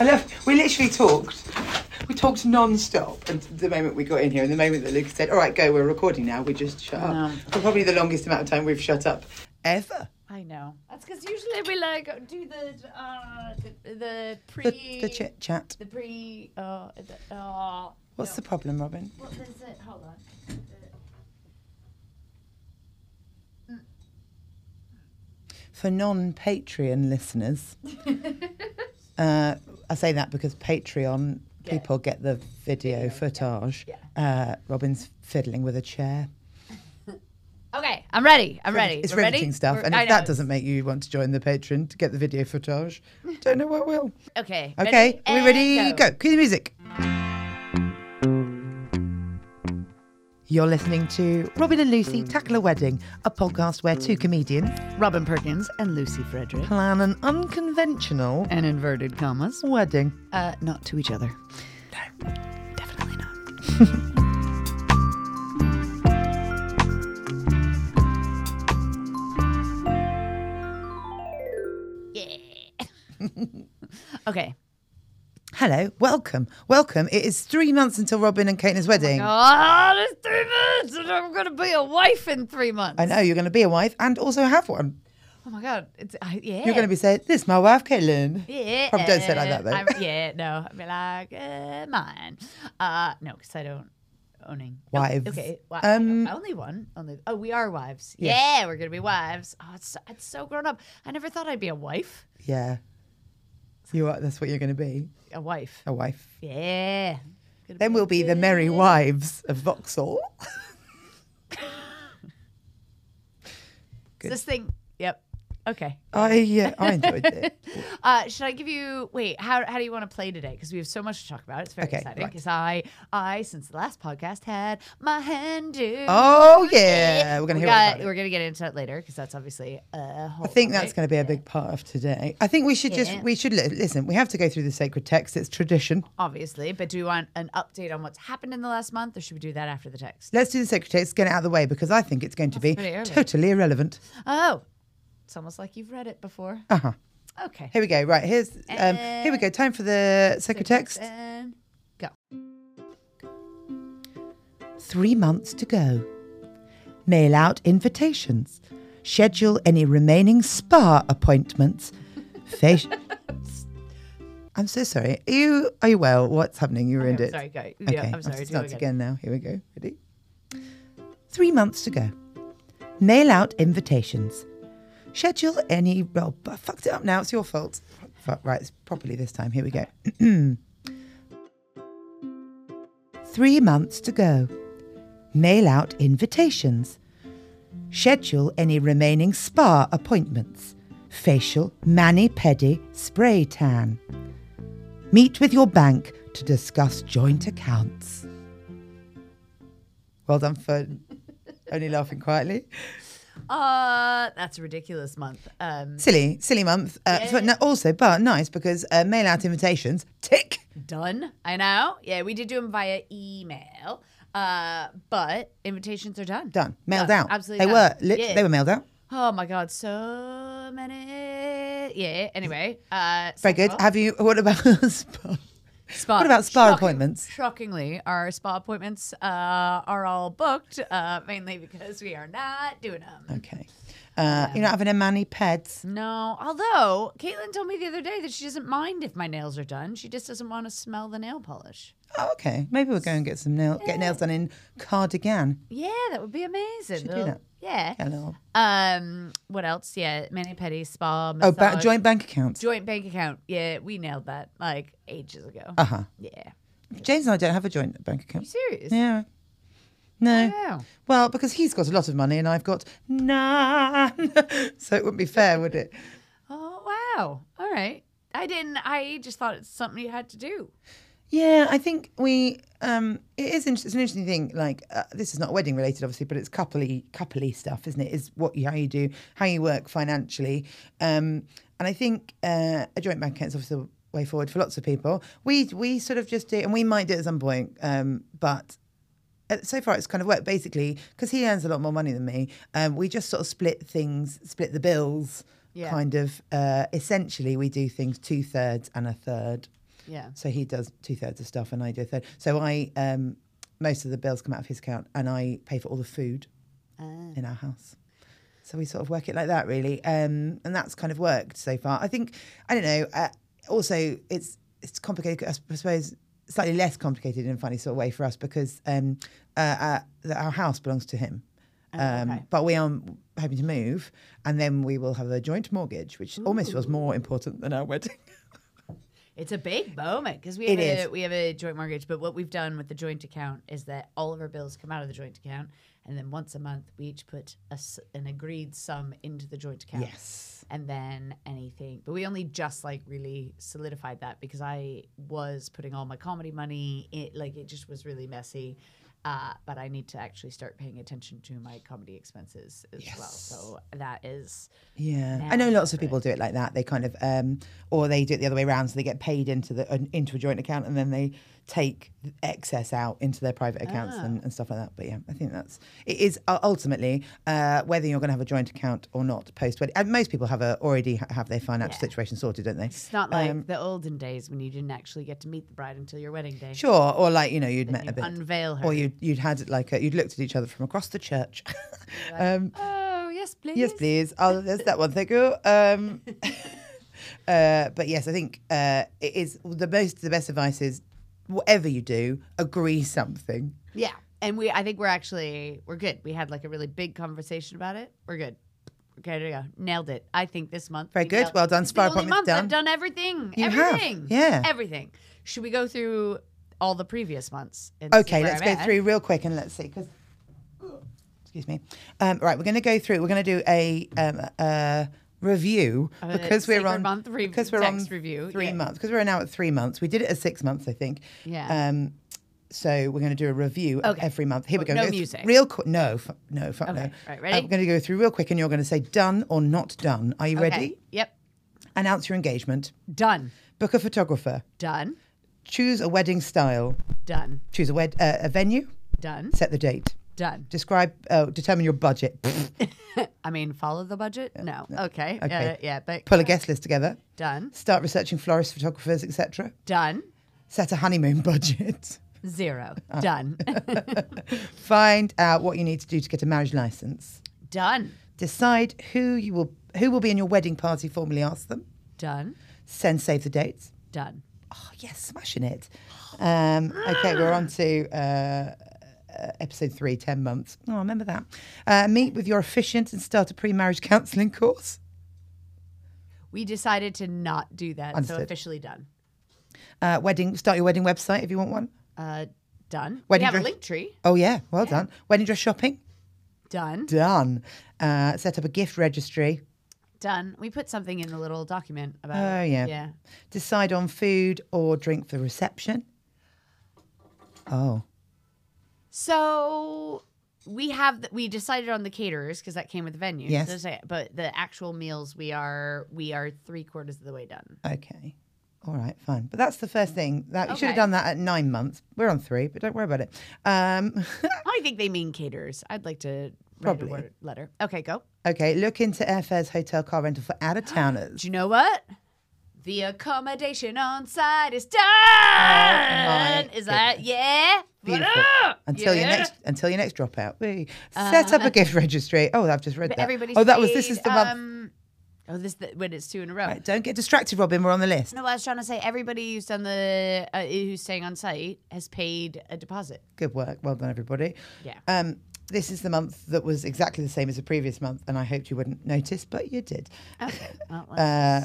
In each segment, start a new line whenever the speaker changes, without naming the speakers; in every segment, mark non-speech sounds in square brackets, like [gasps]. I love. We literally talked. We talked non-stop and the moment we got in here and the moment that Lucas said, "All right, go. We're recording now." We just shut
No.
up. For probably the longest amount of time we've shut up ever.
I know.
That's because usually we like do the uh, the, the pre
The, the chit chat.
the pre uh, the, uh,
What's the problem, Robin?
what is it? Hold on.
For non-Patreon
[laughs]
listeners, uh, I say that because Patreon people get the video, footage. Uh, Robin's fiddling with a chair.
Okay, I'm ready. I'm ready.
It's
We're ready?
riveting stuff,
We're-
and
I
if that
know.
doesn't make you want to join the Patreon to get the video footage, don't know what will.
Okay.
Okay, are we ready?
and
Go. Cue the music. You're listening to Robin and Lucy Tackle a Wedding, a podcast where two comedians
Robin Perkins and Lucy Frederick.
plan an unconventional
And inverted commas.
wedding.
Uh, not to each other. No, definitely not.
[laughs] [laughs] Okay.
Hello, welcome, welcome. It is three months until Robin and Caitlin's wedding.
Oh, there's three months, and I'm gonna be a wife in three months.
I know you're going to be a wife and also have one.
Oh my god. It's uh, yeah.
You're going to be saying, "This is my wife, Caitlin."
Yeah.
Probably don't say it like that, though.
eh, I'm- yeah, no. I'd be like, uh, mine. Uh, no, because I don't owning no,
Wives.
Okay, wi-
Um,
only one. Only. Oh, we are wives.
Yes.
Yeah, we're gonna be wives. Oh, it's so, it's so grown up. I never thought I'd be a wife.
Yeah, you are. That's what you're going to be,
A wife.
a wife.
Yeah. Gonna
Then we'll be the merry wives of Vauxhall.
Is this thing. Yep. Okay.
I uh, I enjoyed it.
Uh, should I give you? Wait, how, how do you want to play today? Because we have so much to talk about. It's very
Okay,
exciting.
right.
Because I I since the last podcast had my hand in.
Oh yeah, we're going to
we
hear
got-
all about
We're
it.
gonna get into it later because that's obviously a whole.
I think that's going to be a big part of today. I think we should
Yeah.
just we should li- listen. We have to go through the sacred text. It's tradition.
obviously. But do you want an update on what's happened in the last month, or should we do that after the text?
Let's do the sacred text. Get it out of the way because I think it's going to be
pretty early.
totally irrelevant.
Oh, it's almost like you've read it before.
Uh huh.
Okay.
Here we go. Right here's um, here we go. Time for the sacred text.
And go.
Three months to go. Mail out invitations. Schedule any remaining spa appointments. Facial. [laughs] I'm so sorry. Are you are you well? What's happening? You ruined
I'm
it.
sorry. Go. Yeah,
Okay,
I'm sorry.
I'll
do it
start again. now. Here we go. Ready? Three months to go. Mail out invitations. Schedule any. Well, I fucked it up now. It's your fault. Fuck, right, it's properly this time. Here we go. [clears throat] Three months to go. Mail out invitations. Schedule any remaining spa appointments. Facial, mani pedi, spray tan. Meet with your bank to discuss joint accounts. Well done for only laughing quietly.
Uh, that's a ridiculous month. Um,
Silly, silly month. Uh, but no, also, but nice because uh, mail out invitations. Tick.
done. I know. Yeah, we did do them via email. Uh, but invitations are done.
Done. Mailed
Done.
out.
Absolutely
They
done.
were. Lit-
Yeah.
They were mailed out.
Oh my god, so many. Yeah. Anyway, uh,
Very good. Have you? What about [laughs] spa? what about spa appointments?
Shockingly, our spa appointments uh, are all booked, uh, mainly because we are not doing them.
Okay. Uh, you're not having a mani peds.
No, although Caitlin told me the other day that she doesn't mind if my nails are done. She just doesn't want to smell the nail polish.
Oh, okay. Maybe we'll go and get some nail get nails done in Cardigan.
Yeah, that would be amazing.
Should do
Little-
that.
Yeah.
Hello.
Um, what else? Yeah, mani pedi spa.
Oh,
Massage,
ba- joint bank accounts.
joint bank account. Yeah, we nailed that like ages ago.
Uh huh.
yeah,
James and I don't have a joint bank
you Oh,
account.
serious?
Yeah. No.
Wow.
Well, because he's got a lot of money and I've got none. [laughs] so it wouldn't be fair, would it?
Oh wow. All right. I didn't. I just thought it's something you had to do.
Yeah, I think we. Um, it is. Inter- it's an interesting thing. Like uh, this is not wedding related, obviously, but it's coupley, coupley stuff, isn't it? Is what you, how you do, how you work financially, um, and I think uh, a joint bank account is obviously the way forward for lots of people. We we sort of just do, and we might do it at some point, um, but uh, so far it's kind of worked basically because he earns a lot more money than me um, we just sort of split things split the bills
Yeah.
kind of uh, essentially we do things two thirds and a third
Yeah.
So he does two thirds of stuff and I do a third. So I, um, most of the bills come out of his account and I pay for all the food
Uh,
in our house. So we sort of work it like that, really. Um, and that's kind of worked so far. I think, I don't know, uh, also it's, it's complicated, I s- I suppose, slightly less complicated in a funny sort of way for us because um, uh, uh, the- our house belongs to him. Um,
okay.
But we are hoping to move and then we will have a joint mortgage, which almost feels more important than our wedding.
It's a big moment because we
It
have a,
is.
we have a joint mortgage. But what we've done with the joint account is that all of our bills come out of the joint account, and then once a month we each put a s an agreed sum into the joint account.
Yes.
And then anything, but we only just like really solidified that because I was putting all my comedy money. It like it just was really messy. Uh, but I need to actually start paying attention to my comedy expenses as well. So that is
Yeah,
now
I know lots of
separate.
people do it like that. They kind of, um, or they do it the other way around, so they get paid into the an- into a joint account, and then they take the excess out into their private accounts
Ah.
and, and stuff like that. But yeah, I think that's it is u- ultimately uh, whether you're going to have a joint account or not post wedding. And most people have a, already ha- have their financial situation sorted, don't they?
it's not
Um,
like the olden days when you didn't actually get to meet the bride until your wedding day.
Sure, or like you know you'd met
You
a bit,
unveil her.
or you'd you'd had like a, you'd looked at each other from across the church. [laughs] um,
Oh yes, please.
Yes, please. Oh, there's that one. Thank you. Um, [laughs] uh, but yes, I think uh, it is the most. The best advice is, whatever you do, agree something.
Yeah, and we. I think we're actually we're good. We had like a really big conversation about it. We're good. Okay, there you go. Nailed it. I think this month.
Very
we
good.
nailed-
Well done.
It's
Spy
the only
appointment's
month
done.
I've done everything.
You have.
everything.
Yeah.
Everything. Should we go through all the previous months? and see
Okay,
where
let's
I'm
go
at?
through real quick and let's see because. Excuse me. Um, right, we're going to go through. We're going to do a um, uh, review
Uh,
because we're
sacred
on
month re-
because we're
text
on
review,
three
yeah.
months because we're now at three months. We did it at six months, I think.
Yeah.
Um, so we're going to do a review of
Okay.
every month. Here we
But
go.
no
Go th-
music.
Real quick. No, f- no, fuck no.
Okay, right, ready?
I'm going to go through real quick, and you're going to say done or not done. Are you
Okay,
ready?
Yep.
Announce your engagement.
Done.
Book a photographer.
Done.
Choose a wedding style.
Done.
Choose a wed- uh, a venue.
Done.
Set the date.
Done.
Describe. Uh, determine your budget. [laughs]
I mean, follow the budget? No. Okay.
Okay.
Uh, yeah, but
Pull a guest list together.
done.
Start researching florists, photographers, etc.
Done.
Set a honeymoon [laughs] budget. [laughs]
Zero. Done.
Find out what you need to do to get a marriage license.
done.
Decide who you will who will be in your wedding party. Formally ask them.
Done.
Send save the dates.
Done.
Oh yes, smashing it. Um, okay, we're on to uh, uh, episode three, 10 months. Oh, I remember that. Uh, meet with your officiant and start a pre-marriage [laughs] counselling course.
We decided to not do that, so
Understood.
officially done.
Uh, wedding. Start your wedding website if you want one.
Uh, done.
Wedding
we have a
dress-
link tree.
Oh yeah, well done. Wedding dress shopping.
Done.
done. Uh, set up a gift registry.
Done. We put something in the little document about.
Oh,
it.
yeah.
Yeah.
Decide on food or drink for reception. Oh,
So we have the, we decided on the caterers because that came with the venue.
Yes.
So say- but the actual meals we are we are three quarters of the way done.
okay. All right, fine. But that's the first thing. That you should have
Okay.
done that at nine months. We're on three, but don't worry about it. Um, [laughs]
I think they mean caterers. I'd like to write a
Probably.
word, letter. Okay, go.
okay, look into airfares, hotel car rental for out of towners.
[gasps] Do you know what? The accommodation on site is
Oh
done. is that yeah?
Beautiful. Until your
Yeah. Uh,
next until your next dropout. Whee. Set
[laughs]
up a gift registry. Oh, I've just read
But
that.
everybody's
oh, that was this
paid,
is the month.
Um, oh, this the, when it's two in a row.
Right, don't get distracted, Robin. We're on the list.
No, I was trying to say everybody who's done the uh, who's staying on site has paid a deposit.
Good work. Well done, everybody.
Yeah.
Um, this is the month that was exactly the same as the previous month, and I hoped you wouldn't notice, but you did.
Okay. Well,
Uh,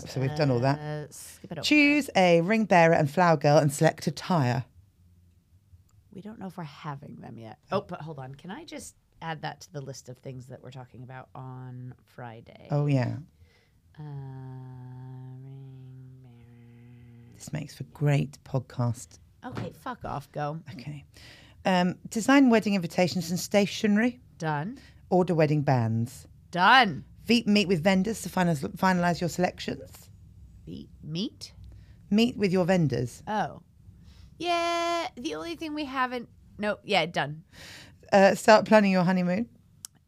let's,
so we've done all that.
uh, skip it over.
Choose a ring bearer and flower girl and select a tire.
We don't know if we're having them yet. Oh, but hold on. Can I just add that to the list of things that we're talking about on Friday?
Oh, yeah.
Uh, ring bearer.
This makes for great podcast.
okay, fuck off. Go.
Okay. Um, design wedding invitations and stationery.
Done.
Order wedding bands.
Done.
Ve- meet with vendors to finalize, finalize your selections.
The meat.
Meet with your vendors.
Oh. Yeah. The only thing we haven't. No. Yeah. Done.
Uh, start planning your honeymoon.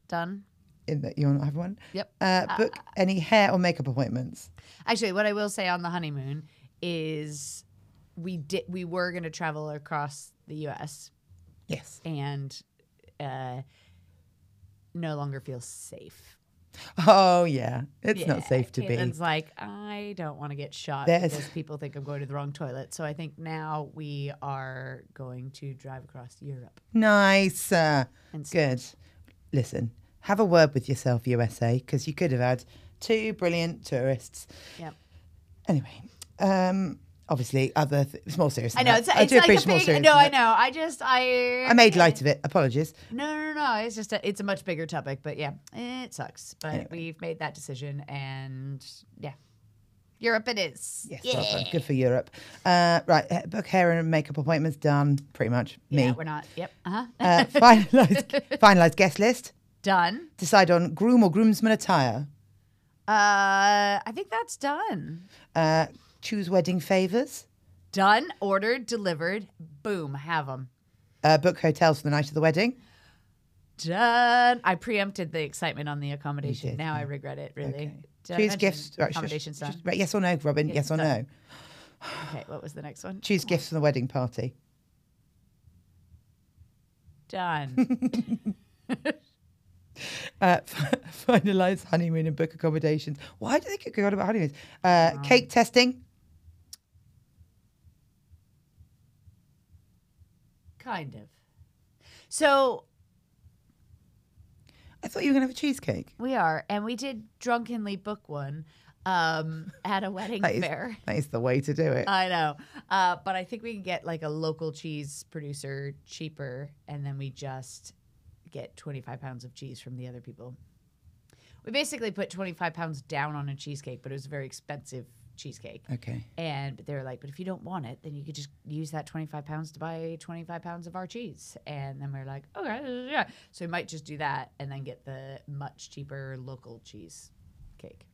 Done.
In that you want to have one.
Yep.
Uh, book any hair or makeup appointments.
Actually, what I will say on the honeymoon is we did we were going to travel across the U.S.
Yes.
and uh, no longer feels safe.
Oh yeah, it's not
Yeah,
safe to be.
Caitlin's like, I don't want to get shot
There's-
because people think I'm going to the wrong toilet. So I think now we are going to drive across Europe.
Nice. Uh,
And
good. Listen, have a word with yourself, USA, because you could have had two brilliant tourists.
Yep.
Anyway, um, obviously, other th- small series.
I
than
know
that.
it's,
I
it's
do
like a
appreciate more
big.
serious
No,
than
I
that.
know. I just I
I made light of it. Apologies.
No, no, no, no. It's just a, it's a much bigger topic, but yeah, it sucks. But we've made that decision, and yeah, Europe it is.
Yes, well done. good for Europe. Uh, right, uh, book hair and makeup appointments done. Pretty much
Yeah,
me.
we're not. Yep. Uh huh. [laughs]
Uh, finalized, finalized guest list.
done.
Decide on groom or groomsman attire.
Uh, I think that's done.
Uh, choose wedding favors.
Done. Ordered. Delivered. Boom. Have them.
Uh, book hotels for the night of the wedding.
Done. I preempted the excitement on the accommodation.
did,
now I regret it. Really. Did
Choose
I mention
gifts. Right, shush,
Accommodation's
shush,
done.
right, yes or no, Robin? Yes, or no.
Okay. What was the next one?
Choose gifts from the wedding party. [laughs]
Done.
Uh, [laughs] finalize honeymoon and book accommodations. Why do they get going on about honeymoons? Uh, Cake testing.
kind of. So
I thought you were going to have a cheesecake.
We are, and we did drunkenly book one um, [laughs] at a wedding
That is,
fair.
that is the way to do it.
I know, uh, but I think we can get like a local cheese producer cheaper, and then we just get twenty five pounds of cheese from the other people. We basically put twenty five pounds down on a cheesecake, but it was a very expensive cheesecake.
okay.
And they were like, but if you don't want it, then you could just use that 25 pounds to buy 25 pounds of our cheese. And then we are like, okay, yeah. So we might just do that and then get the much cheaper local cheese cake.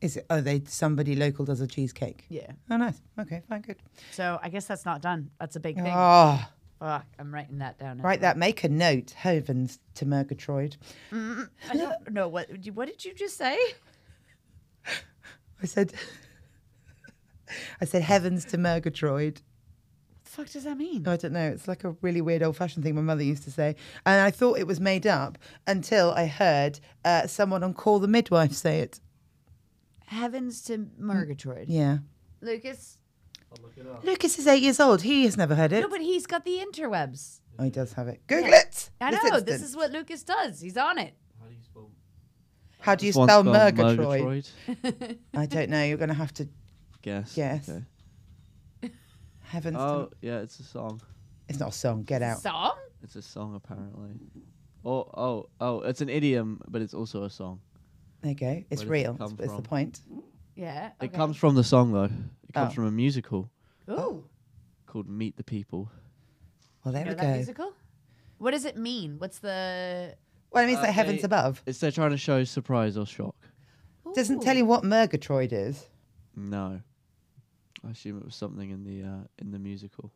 Is it? Oh, they somebody local does a cheesecake.
Yeah.
Oh, nice. Okay, fine, good.
So I guess that's not done. That's a big thing.
Ah,
Fuck, I'm writing that down. now.
right. That make a note. Hovens to Murgatroyd.
I don't know what, what did you just say?
I said. [laughs] I said heavens to Murgatroyd.
What the fuck does that mean?
No, I don't know. It's like a really weird old fashioned thing my mother used to say. And I thought it was made up until I heard uh, someone on Call the Midwife say it.
Heavens to Murgatroyd.
Yeah.
Lucas?
Lucas is eight years old. He has never heard it.
No, but he's got the interwebs.
oh, he does have it. Google it.
I know. This
instant.
is what Lucas does. He's on it. [laughs]
How do you
Just one
spell
spelled
Murgatroyd?
Murgatroyd?
I don't know. You're going to have to.
Guess.
Guess.
okay.
Heavens. to-
Oh, yeah, it's a song.
It's not a song. Get
[laughs]
out.
Song?
It's a song, apparently. Oh, oh, oh, it's an idiom, but it's also a song.
There you go. It's
does it
real.
come
It's the
from?
point.
Yeah.
It comes from the song, though. It comes
Oh.
from a musical
Ooh.
called Meet the People.
Well, there
know
we
that
go.
musical? What does it mean? What's the
Well, I mean, it's like
Okay.
heavens above.
It's they're trying to show surprise or shock.
Doesn't
Ooh.
tell you what Murgatroyd is.
No. I assume it was something in the uh, in the musical.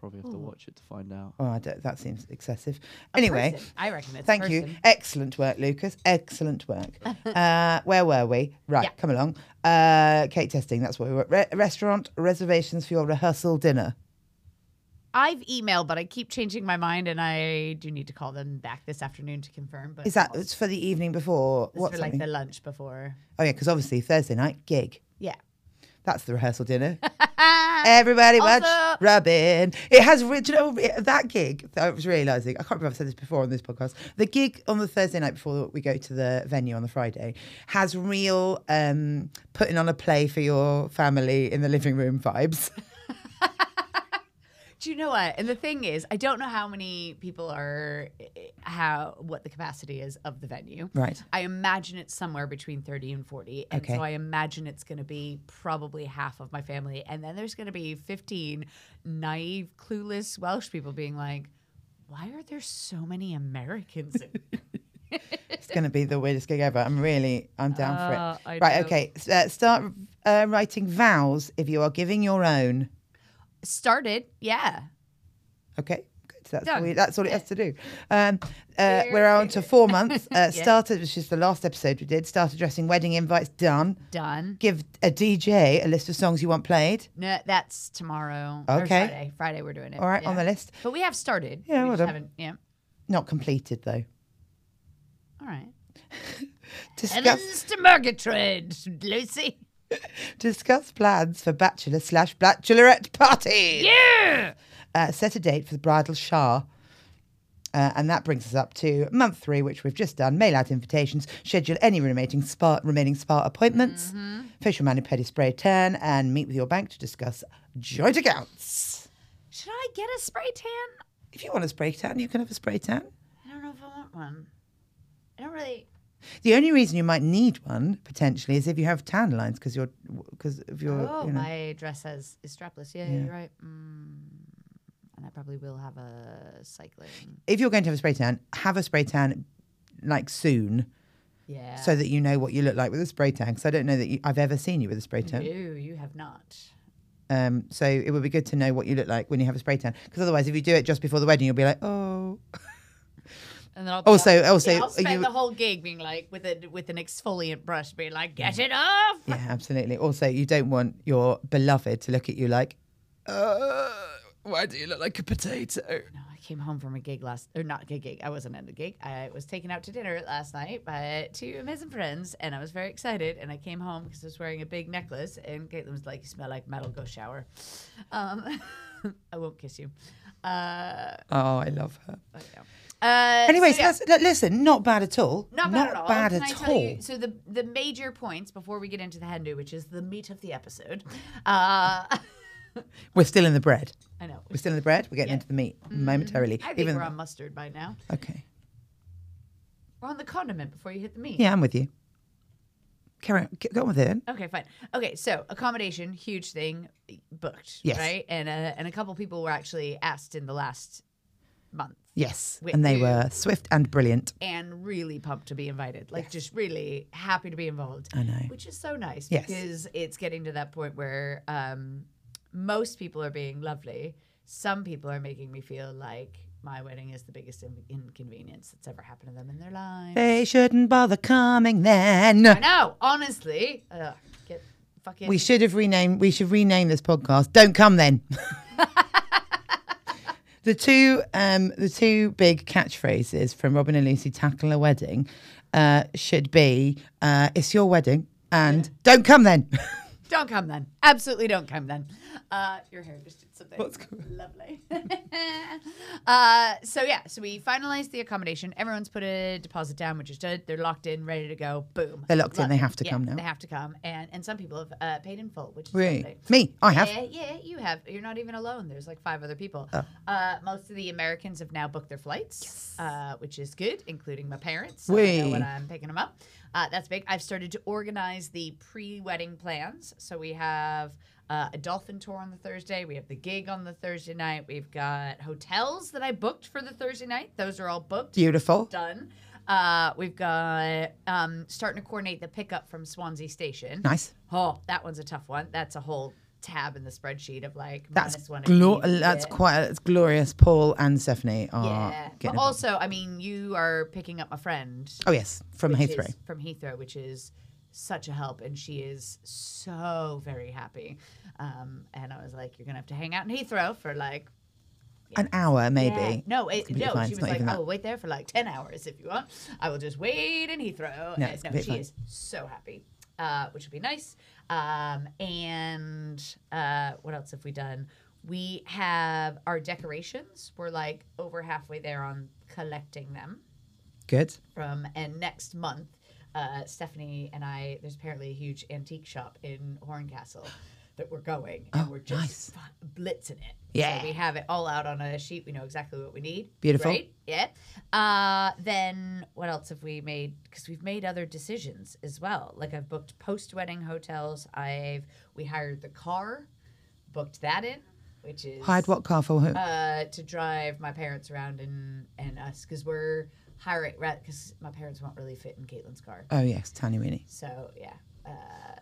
Probably have to
Hmm.
watch it to find out.
Oh, I don't, that seems excessive. Anyway.
Person. I reckon it's a
Thank you.
person.
Excellent work, Lucas. Excellent
[laughs]
work. uh, where were we? Right,
Yeah.
come along. Uh, cake testing, that's what we were. Re- restaurant reservations for your rehearsal dinner.
I've emailed, but I keep changing my mind, and I do need to call them back this afternoon to confirm. But
Is that it's for the evening before?
this
What's
for like
something?
the lunch before?
Oh, yeah, because obviously Thursday night gig.
Yeah.
That's the rehearsal
[laughs]
dinner. Everybody watch
Also-
Robin. It has, re- do you know, it- that gig, that I was realising, I can't remember if I've said this before on this podcast, the gig on the Thursday night before we go to the venue on the Friday has real um, putting on a play for your family in the living room
[laughs]
vibes.
Do you know what? And the thing is, I don't know how many people are, eh, how what the capacity is of the venue.
Right.
I imagine it's somewhere between 30 and 40. And
Okay.
so I imagine it's going to be probably half of my family. And then there's going to be 15 naive, clueless Welsh people being like, why are there so many
[laughs]
Americans? in-"
It's going to be the weirdest gig ever. I'm really, I'm down
Uh,
for
I
it. Right,
know.
okay. S- uh, start uh, writing vows if you are giving your own.
Started, yeah.
Okay, good. That's
Done.
all, we- that's all it has to do. Um, uh, we're on to four
[laughs]
months. Uh,
Yeah.
Started, which is the last episode we did. Started dressing wedding invites. Done.
Done.
Give a DJ a list of songs you want played.
No, that's tomorrow. or
Okay.
Friday. Friday we're doing it.
All right, on
Yeah.
the list.
But we have started.
Yeah,
we
well
just
done.
haven't. Yeah.
Not completed though.
All right.
Discuss
Heavens to Murgatroyd, Lucy.
discuss plans for bachelor slash bachelorette parties.
Yeah.
uh, set a date for the bridal shower. Uh, and that brings us up to month three, which we've just done. Mail out invitations, schedule any remaining spa, remaining spa appointments,
Mm-hmm.
facial mani pedi spray tan, and meet with your bank to discuss joint accounts.
Should I get a spray tan?
If you want a spray tan, you can have a spray tan.
I don't know if I want one. I don't really.
The only reason you might need one potentially is if you have tan lines because you're because of your
Oh,
you know.
my dress has is strapless. Yeah, you're right. Mm. And I probably will have a cycling.
if you're going to have a spray tan, have a spray tan like soon
Yeah.
so that you know what you look like with a spray tan. Because I don't know that you, I've ever seen you with a spray tan.
you you have not.
Um, so it would be good to know what you look like when you have a spray tan, because otherwise, if you do it just before the wedding, you'll be like,
[laughs]
oh.
And then I'll be
Also,
like-
also,
yeah, I'll
are
spend
oh, you-
the whole gig being like with a with an exfoliant brush, being like, get it off.
Yeah, absolutely. Also, you don't want your beloved to look at you like,
Uh, why do you look like a potato?
No, I came home from a gig last, or not a gig. I wasn't at a gig. I was taken out to dinner last night by two amazing friends, and I was very excited. And I came home because I was wearing a big necklace, and Caitlin was like, "You smell like metal. Go shower." Um, [laughs] I won't kiss you. Uh,
oh, I love her.
but no. Uh,
Anyways,
so yeah,
that's, li- listen, not bad at all.
not bad at all.
bad
Can I
at
tell you-
all.
so the the major points before we get into the Hindu, which is the meat of the episode. Uh, [laughs]
We're still in the bread.
I know.
We're still in the bread. We're getting into the meat
Mm-hmm.
momentarily.
I think
Even-
we're on mustard by now.
okay.
We're on the condiment before you hit the meat.
Yeah, I'm with you. Carry on. Get- Go on with it. then.
Okay, fine. Okay, so accommodation, huge thing, booked.
Yes.
Right, and uh, and a couple people were actually asked in the last month,
Yes.
Wait,
and they
you-
were swift and brilliant.
and really pumped to be invited. Like, just really happy to be involved.
I know.
Which is so nice
Yes.
because it's getting to that point where um, most people are being lovely. Some people are making me feel like my wedding is the biggest in- inconvenience that's ever happened to them in their life.
They shouldn't bother coming then.
I know, honestly. Ugh, get fucking.
We should have renamed. We should rename this podcast. Don't come then. [laughs] the two, um, the two big catchphrases from Robin and Lucy tackle a wedding uh, should be uh, "It's your wedding" and "Don't come
[laughs]
then."
Don't come then. Absolutely don't come then. Uh, your hair just did something.
What's going
Lovely. [laughs] uh, so, yeah, so we finalized the accommodation. Everyone's put a deposit down, which is good. They're locked in, ready to go. Boom.
They're locked in.
Love
They
it.
have to
Yeah,
come now.
They have to come. And and some people have uh, paid in full, which is
Really?
lovely.
[laughs] Me, I have.
Yeah, Eh, yeah, you have. You're not even alone. There's like five other people. Uh, most of the Americans have now booked their flights, uh, which is good, including my parents. So I know
Whey.
when I'm picking them up. Uh, that's big. I've started to organize the pre-wedding plans. So we have uh, a dolphin tour on the Thursday. We have the gig on the Thursday night. We've got hotels that I booked for the Thursday night. Those are all booked
Beautiful.
done. Uh, we've got um, starting to coordinate the pickup from Swansea Station.
Nice.
Oh, that one's a tough one. That's a whole tab in the spreadsheet of like
That's
minus one. if
glo- uh,
you need
that's
it.
quite. That's glorious. Paul and Stephanie are.
Yeah, but
Getting involved.
also, I mean, you are picking up my friend
oh yes, from
which
Heathrow.
is From Heathrow, which is such a help, and she is so very happy. Um, and I was like, you're gonna have to hang out in Heathrow for like
An hour maybe.
Yeah. No, it,
completely
no.
fine.
She
It's
was
not
like,
even that.
"Oh, wait there for like ten hours if you want. I will just wait in Heathrow."
No,
Uh,
it's
no,
completely
she
fine.
is so happy, uh, which would be nice. Um, and uh, what else have we done? We have our decorations. We're like over halfway there on collecting them
Good.
from and next month uh, stephanie and i there's apparently a huge antique shop in horncastle that we're going and we're just
Oh, nice.
fu- blitzing it
Yeah.
so we have it all out on a sheet we know exactly what we need
Beautiful.
right yeah uh, then what else have we made because we've made other decisions as well like i've booked post-wedding hotels i've we hired the car booked that in which is
Hired what car for who?
uh, to drive my parents around and and us because we're hiring because my parents won't really fit in Caitlin's car.
oh yes, Tanya Rooney.
So yeah, uh,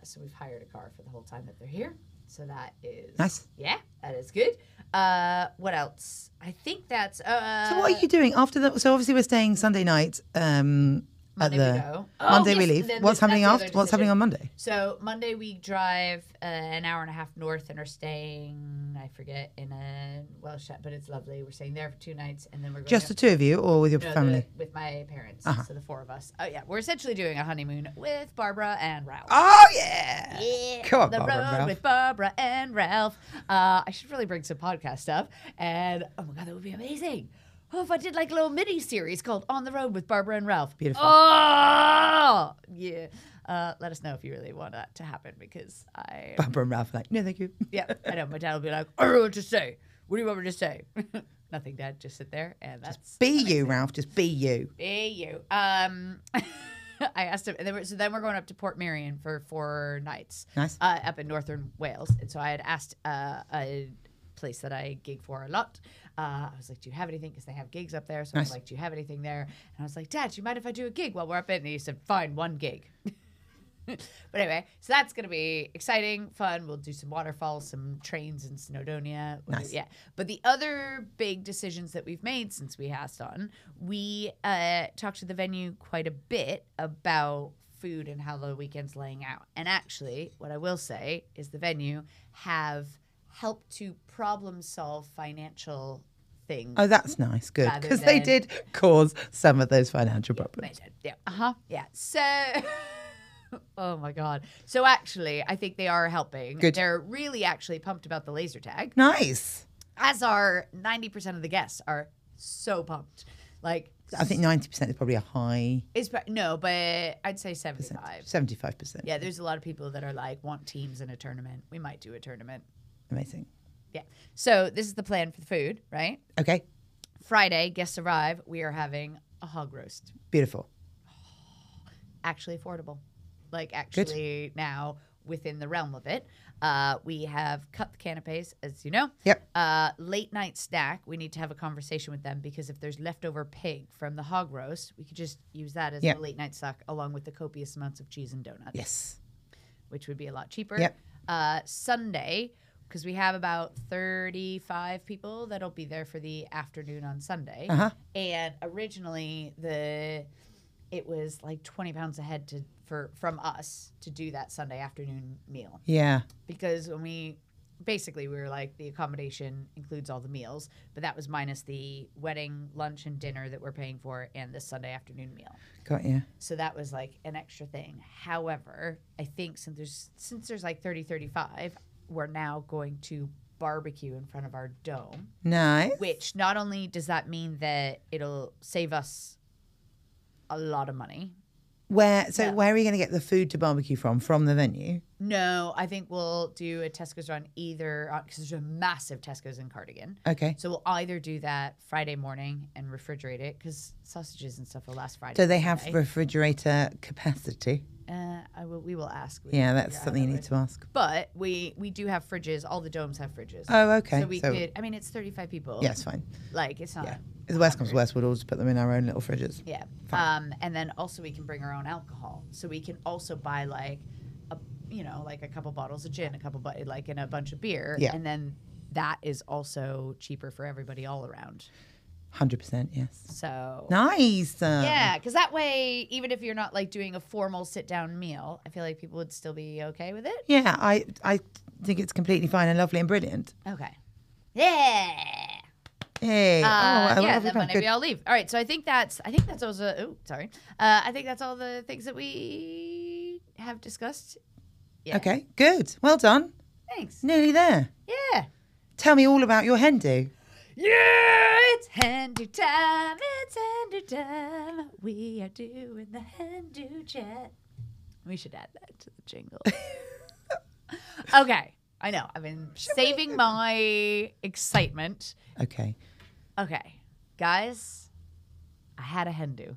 so we've hired a car for the whole time that they're here. So that is
Nice.
Yeah, that is good. Uh, what else? I think that's. Uh,
So what are you doing after the? So obviously we're staying Sunday night. Um,
Monday
at the
we go. Oh,
Monday we
yes,
leave.
then
What's
that's
happening
the
after?
other
What's happening
decision.
on Monday?
So Monday we drive uh, an hour and a half north and are staying. I forget in a Welsh, shack, but it's lovely. We're staying there for two nights, and then we're going
Just
to,
the two of you, or with your
no, the-
family? Uh-huh.
with my parents. So the four of us. Oh yeah, we're essentially doing a honeymoon with Barbara and Ralph.
Oh yeah.
Yeah,
Come on,
the
Oh, Barbara and
road
Ralph.
with Barbara and Ralph. Uh, I should really bring some podcast stuff, and oh my god, that would be amazing. Oh, if I did like a little mini series called "On the Road with Barbara and Ralph."
Beautiful.
Oh, yeah. Uh, let us know if you really want that to happen because I,
Barbara and Ralph are like, no,
[laughs]
thank you.
yeah, I know my dad will be like, "I don't know what to say. What do you want me to say?" [laughs] Nothing, Dad. Just sit there, and that's
Be you, Ralph. Just be you.
be you. Um, [laughs] I asked him, and then we're, so then we're going up to Port Marion for four nights
Nice.
uh, up in northern Wales. And so I had asked uh, a place that I gig for a lot. Uh, I was like, "Do you have anything?" Because they have gigs up there. So I was
Nice.
like, "Do you have anything there?" And I was like, "Dad, do you mind if I do a gig while we're up in?" And he said, "Fine, one gig." But anyway, so that's going to be exciting, fun. We'll do some waterfalls, some trains in Snowdonia. We'll do-
Nice.
Yeah. But the other big decisions that we've made since we asked on, we uh, talked to the venue quite a bit about food and how the weekend's laying out. And actually, what I will say is the venue have helped to problem solve financial things.
Oh, that's nice. Good.
Rather
Because they
than-
did cause some of those financial problems.
They did, Yeah. Uh huh. Yeah. So. [laughs] oh my god. So actually, I think they are helping.
Good.
They're really actually pumped about the laser tag.
Nice.
As are ninety percent of the guests are so pumped. Like
I think 90% is probably a high
it's pro- no, but I'd say seventy-five.
75%.
Yeah, there's a lot of people that are like want teams in a tournament. We might do a tournament.
Amazing.
Yeah. So this is the plan for the food, right?
Okay.
Friday, guests arrive. We are having a hog roast.
Beautiful.
actually affordable. Like actually now within the realm of it. Uh, we have cut the canapes, as you know.
Yep.
Uh, late night snack. We need to have a conversation with them because if there's leftover pig from the hog roast, we could just use that as
Yep.
a late night snack along with the copious amounts of cheese and donuts
Yes.
which would be a lot cheaper.
Yep.
Uh, Sunday, because we have about 35 people that'll be there for the afternoon on Sunday.
Uh-huh.
And originally the it was like 20 pounds a head to for from us to do that Sunday afternoon meal
Yeah.
because when we basically we were like the accommodation includes all the meals, but that was minus the wedding lunch and dinner that we're paying for and the Sunday afternoon meal.
Got you.
So that was like an extra thing. However, I think since there's since there's like 30 35, we're now going to barbecue in front of our dome,
Nice.
which not only does that mean that it'll save us a lot of money.
Where? So
Yeah.
where are you going to get the food to barbecue from? From the venue?
No, I think we'll do a Tesco's run either because there's a massive Tesco's in Cardigan.
Okay.
So we'll either do that Friday morning and refrigerate it because sausages and stuff will last Friday.
Do they
and
have
Sunday.
refrigerator capacity?
Uh, I will. We will ask. We
Yeah,
will
that's
figure out
something you
that
need
way.
to ask.
But we we do have fridges. All the domes have fridges.
Oh, okay.
So we
So-
could. I mean, it's thirty five people.
Yeah, it's fine.
Like it's not.
Yeah.
Yeah.
If the worst comes to worst, we'll all just put them in our own little fridges.
Um, and then also we can bring our own alcohol, so we can also buy like a you know like a couple bottles of gin, a couple but like and a bunch of beer.
Yeah.
And then that is also cheaper for everybody all around.
100%, yes.
So.
Nice. uh,
Yeah, because that way, even if you're not like doing a formal sit down meal, I feel like people would still be okay with it.
Yeah, I, I think it's completely fine and lovely and brilliant.
Okay. Yeah.
Hey.
Uh,
oh,
yeah,
lovely
then
plan.
Monday we
Good.
all leave. All right, so I think that's I think that's also. Oh, sorry. Uh, I think that's all the things that we have discussed. Yeah.
Okay, good. Well done.
Thanks.
Nearly there.
Yeah.
Tell me all about your hen do.
Yeah. It's Hindu time. It's Hindu time. We are doing the Hindu chat. We should add that to the jingle. okay. I know. I've been saving my excitement.
Okay.
Okay, guys, I had a Hindu,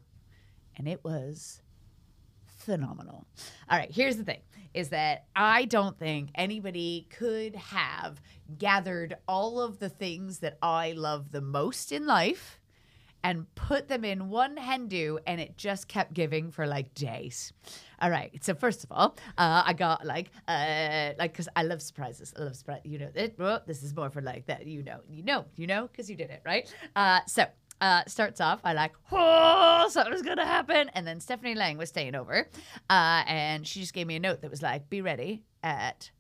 and it was phenomenal. All right, here's the thing: is that I don't think anybody could have gathered all of the things that I love the most in life and put them in one Hindu, and it just kept giving for like days. All right. So first of all, uh, I got like, uh, like, cause I love surprises. I love surprise. You know, it, well, this is more for like that. You know, you know, you know, cause you did it right. Uh, so uh, starts off I like, oh, something's gonna happen. And then Stephanie Lang was staying over, uh, and she just gave me a note that was like, be ready at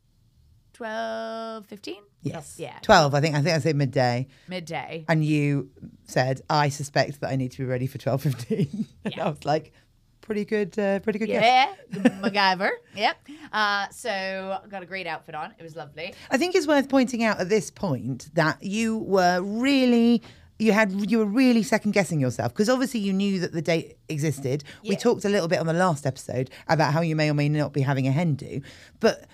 twelve fifteen.
Yes.
Oh, Yeah.
Twelve. I think. I think I said midday,
Midday.
and you said I suspect that I need to be ready for twelve fifteen. [laughs] and I was like, pretty good. Uh, pretty good guess.
Yeah,
[laughs]
MacGyver. Yep. Uh, so got a great outfit on. It was lovely.
I think it's worth pointing out at this point that you were really you had you were really second guessing yourself because obviously you knew that the date existed. We
Yeah.
talked a little bit on the last episode about how you may or may not be having a hen do, but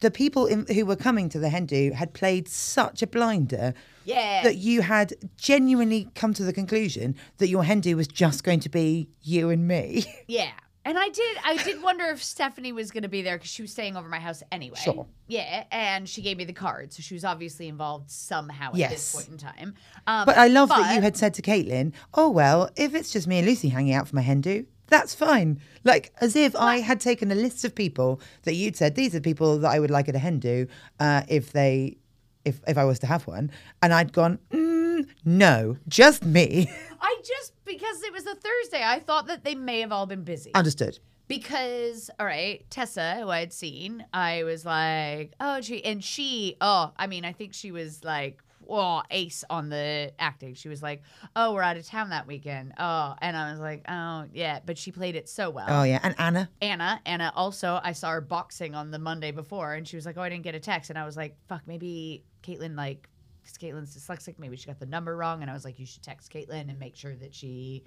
the people in, who were coming to the hen do had played such a blinder
Yeah.
that you had genuinely come to the conclusion that your hen do was just going to be you and me. [laughs]
Yeah. And I did I did wonder if Stephanie was going to be there cuz she was staying over my house anyway.
Sure.
Yeah, and she gave me the card, so she was obviously involved somehow at
Yes.
this point in time. Um,
But I love that you
but-
had said to Caitlin, "Oh well, if it's just me and Lucy hanging out for my hen do, that's fine." Like as if I had taken a list of people that you'd said these are people that I would like at a hen do uh, if they, if if I was to have one, and I'd gone, mm, "No, just me." [laughs]
I just because it was a Thursday, I thought that they may have all been busy.
Understood.
because all right tessa who i had seen i was like oh she and she oh i mean i think she was like oh ace on the acting she was like oh we're out of town that weekend oh and i was like oh yeah but she played it so well
Oh yeah, and Anna.
anna anna also i saw her boxing on the monday before and she was like oh i didn't get a text and i was like fuck maybe caitlin like because caitlin's dyslexic maybe she got the number wrong and i was like you should text caitlin and make sure that she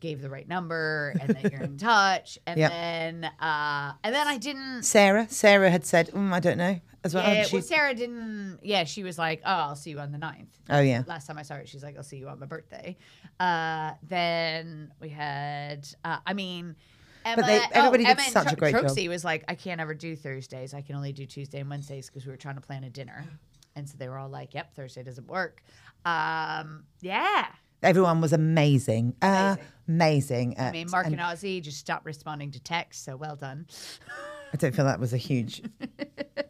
gave the right number and that you're in touch and
Yep.
then uh and then i didn't
Sarah. Sarah had said, mm, "I don't know," as well.
yeah,
hadn't
well,
she?
Sarah didn't. Yeah, she was like, "Oh, I'll see you on the 9th.
oh yeah.
Last time I saw her, she's like, "I'll see you on my birthday." Uh, then we had. Uh, I mean, Emma,
they-
oh,
everybody did
Emma and
such a
Tro-
great job.
Troxy was like, "I can't ever do Thursdays. I can only do Tuesday and Wednesdays because we were trying to plan a dinner." And so they were all like, "Yep, Thursday doesn't work." Um, yeah,
Everyone was amazing. Amazing. amazing. Uh,
I mean, Mark and Ozzy just stopped responding to texts, so well done.
I don't feel that was a
[laughs]
huge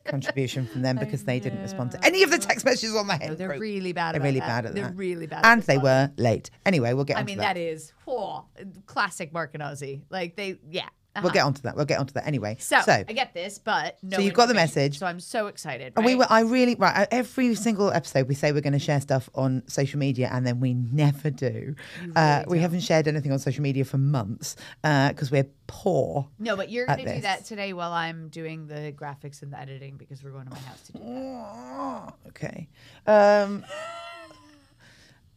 contribution from them because they didn't respond to any of the text messages on my head.
They're
group.
really bad.
They're
about
really
that.
bad at
They're
that.
really bad. at
and
this
they
one.
were late. Anyway, we'll get
I
onto
mean,
that.
that is whoa, classic Mark and Ozzy. Like they, yeah.
We'll
uh-huh.
get onto that. We'll get onto that anyway.
So, I get this, but no.
So you've got the
information.
message.
So I'm so excited.
and we
right?
were. I really right. I- Every single episode, we say we're going to share stuff on social media, and then we never do. uh, we haven't shared anything on social media for months because we're poor.
No, but you're
at
going to do
this.
that today while I'm doing the graphics and the editing because we're going to my house to do that.
Okay.
[laughs]
Um,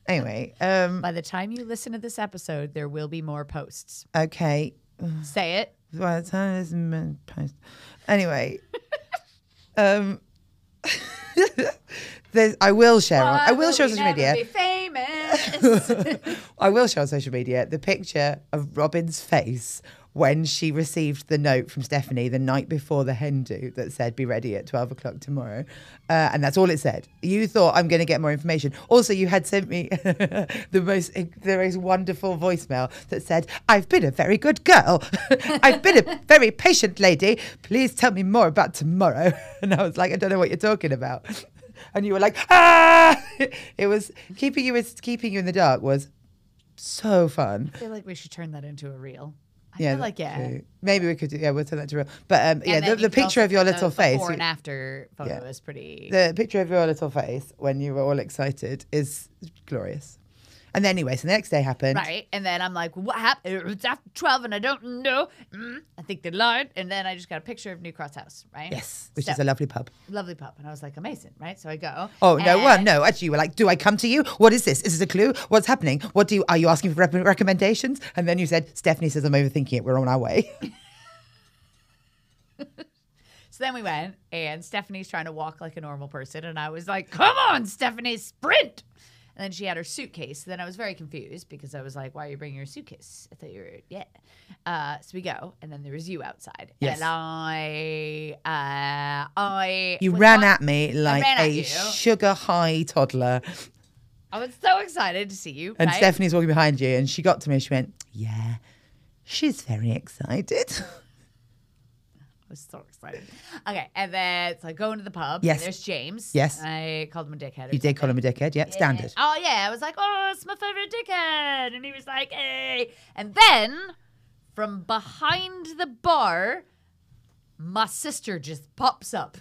anyway. Um,
By the time you listen to this episode, there will be more posts.
okay.
Say it.
By the time this has been post.
[laughs]
Anyway, um, [laughs] there's, I will share. On, I will
Why
share on
we
social
never
media.
Be famous.
I will share on social media the picture of Robin's face when she received the note from Stephanie the night before the hen do that said, be ready at 12 o'clock tomorrow. Uh, and that's all it said. You thought, I'm going to get more information. Also, you had sent me [laughs] the most the most wonderful voicemail that said, I've been a very good girl. [laughs] I've been a very patient lady. Please tell me more about tomorrow. [laughs] And I was like, I don't know what you're talking about. [laughs] And you were like, ah! [laughs] It was keeping you keeping you in the dark was so fun.
I feel like we should turn that into a reel. I
Yeah,
feel like yeah.
true. Maybe we could. do Yeah, we'll turn that to real. But um, yeah,
And then
the,
you
the
could
picture
also
of your
put
little
the
face,
Before and after photo
Yeah.
is pretty.
the picture of your little face when you were all excited is glorious. And then anyway, so the next day happened.
Right. And then I'm like, what happened? It's after 12 and I don't know. Mm, I think they lied. And then I just got a picture of New Cross House, right?
Yes, which
So,
is a lovely pub.
lovely pub. And I was like, amazing, right? So I go.
Oh no, well
and-
no. Actually, you were like, "Do I come to you? What is this? Is this a clue? What's happening? What do you? Are you asking for rep- recommendations?" And then you said, "Stephanie says I'm overthinking it. We're on our way." [laughs]
So then we went, and Stephanie's trying to walk like a normal person. And I was like, come on, Stephanie, sprint. And then she had her suitcase. Then I was very confused because I was like, why are you bringing your suitcase? I thought you were, yeah. Uh, so we go, and then there was you outside.
Yes.
And I, uh, I.
You
was
ran
not-
at me like
ran at
a
you.
sugar high toddler.
I was so excited to see you.
And
right?
Stephanie's walking behind you, and she got to me. She went, "Yeah, she's very
[laughs]
excited."
I was so excited. Okay, and then so I go into the pub.
Yes.
And there's James.
Yes.
I called him a dickhead. or
you did
something.
call him a dickhead, yeah? Standard.
Oh yeah, I was like, oh, it's my favorite dickhead, and he was like, hey. And then from behind the bar, my sister just pops up.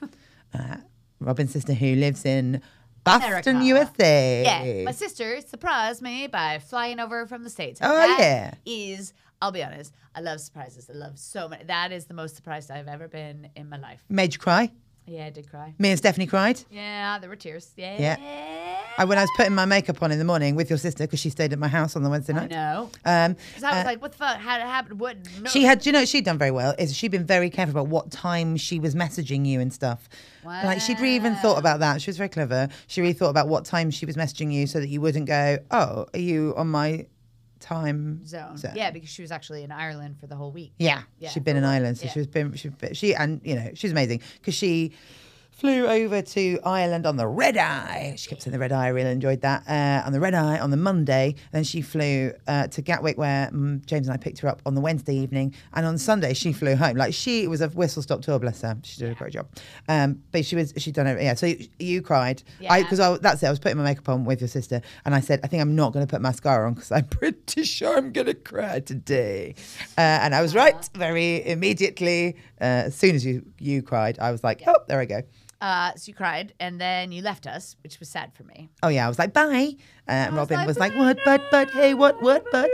Robin's sister, who lives in Boston,
America.
USA.
Yeah, my sister surprised me by flying over from the states.
Oh,
That
yeah.
is. I'll be honest. I love surprises. I love so many. That is the most surprised I've ever been in my life.
Made you cry.
Yeah, I did cry.
Me and Stephanie cried.
Yeah, there were tears. Yeah.
I, when I was putting my makeup on in the morning with your sister, because she stayed at my house on the Wednesday
I
night.
know.
Um,
Because I was like, what the fuck? How did it happen? What? No.
She had, do you know, what she'd done very well. Is she'd been very careful about what time she was messaging you and stuff. Like she'd re even thought about that. She was very clever. She really thought about what time she was messaging you, so that you wouldn't go, "Oh, are you on my time
zone. Yeah, because she was actually in Ireland for the whole week.
Yeah,
Yeah.
she'd been in Ireland, so she was been she, she and you know she's amazing because she flew over to Ireland on the red eye. She kept saying the red eye. I really enjoyed that uh, on the red eye on the Monday. Then she flew uh, to Gatwick where mm, James and I picked her up on the Wednesday evening, and on Sunday she flew home. Like she it was a whistle stop tour. Bless her, she did a great job. Um, but she was she done it. Yeah, so you, you cried. I
Yeah.
because I, that's it. I was putting my makeup on with your sister, and I said, I think I'm not going to put mascara on because I'm [laughs] pretty sure I'm going to cry today. Uh, and I was right. Very immediately, uh, as soon as you you cried, I was like, oh, there I go.
Uh, so you cried, and then you left us, which was sad for me.
Oh yeah, I was like, bye. Uh, and Robin
like,
was like, what, but, but, hey, what, what, but.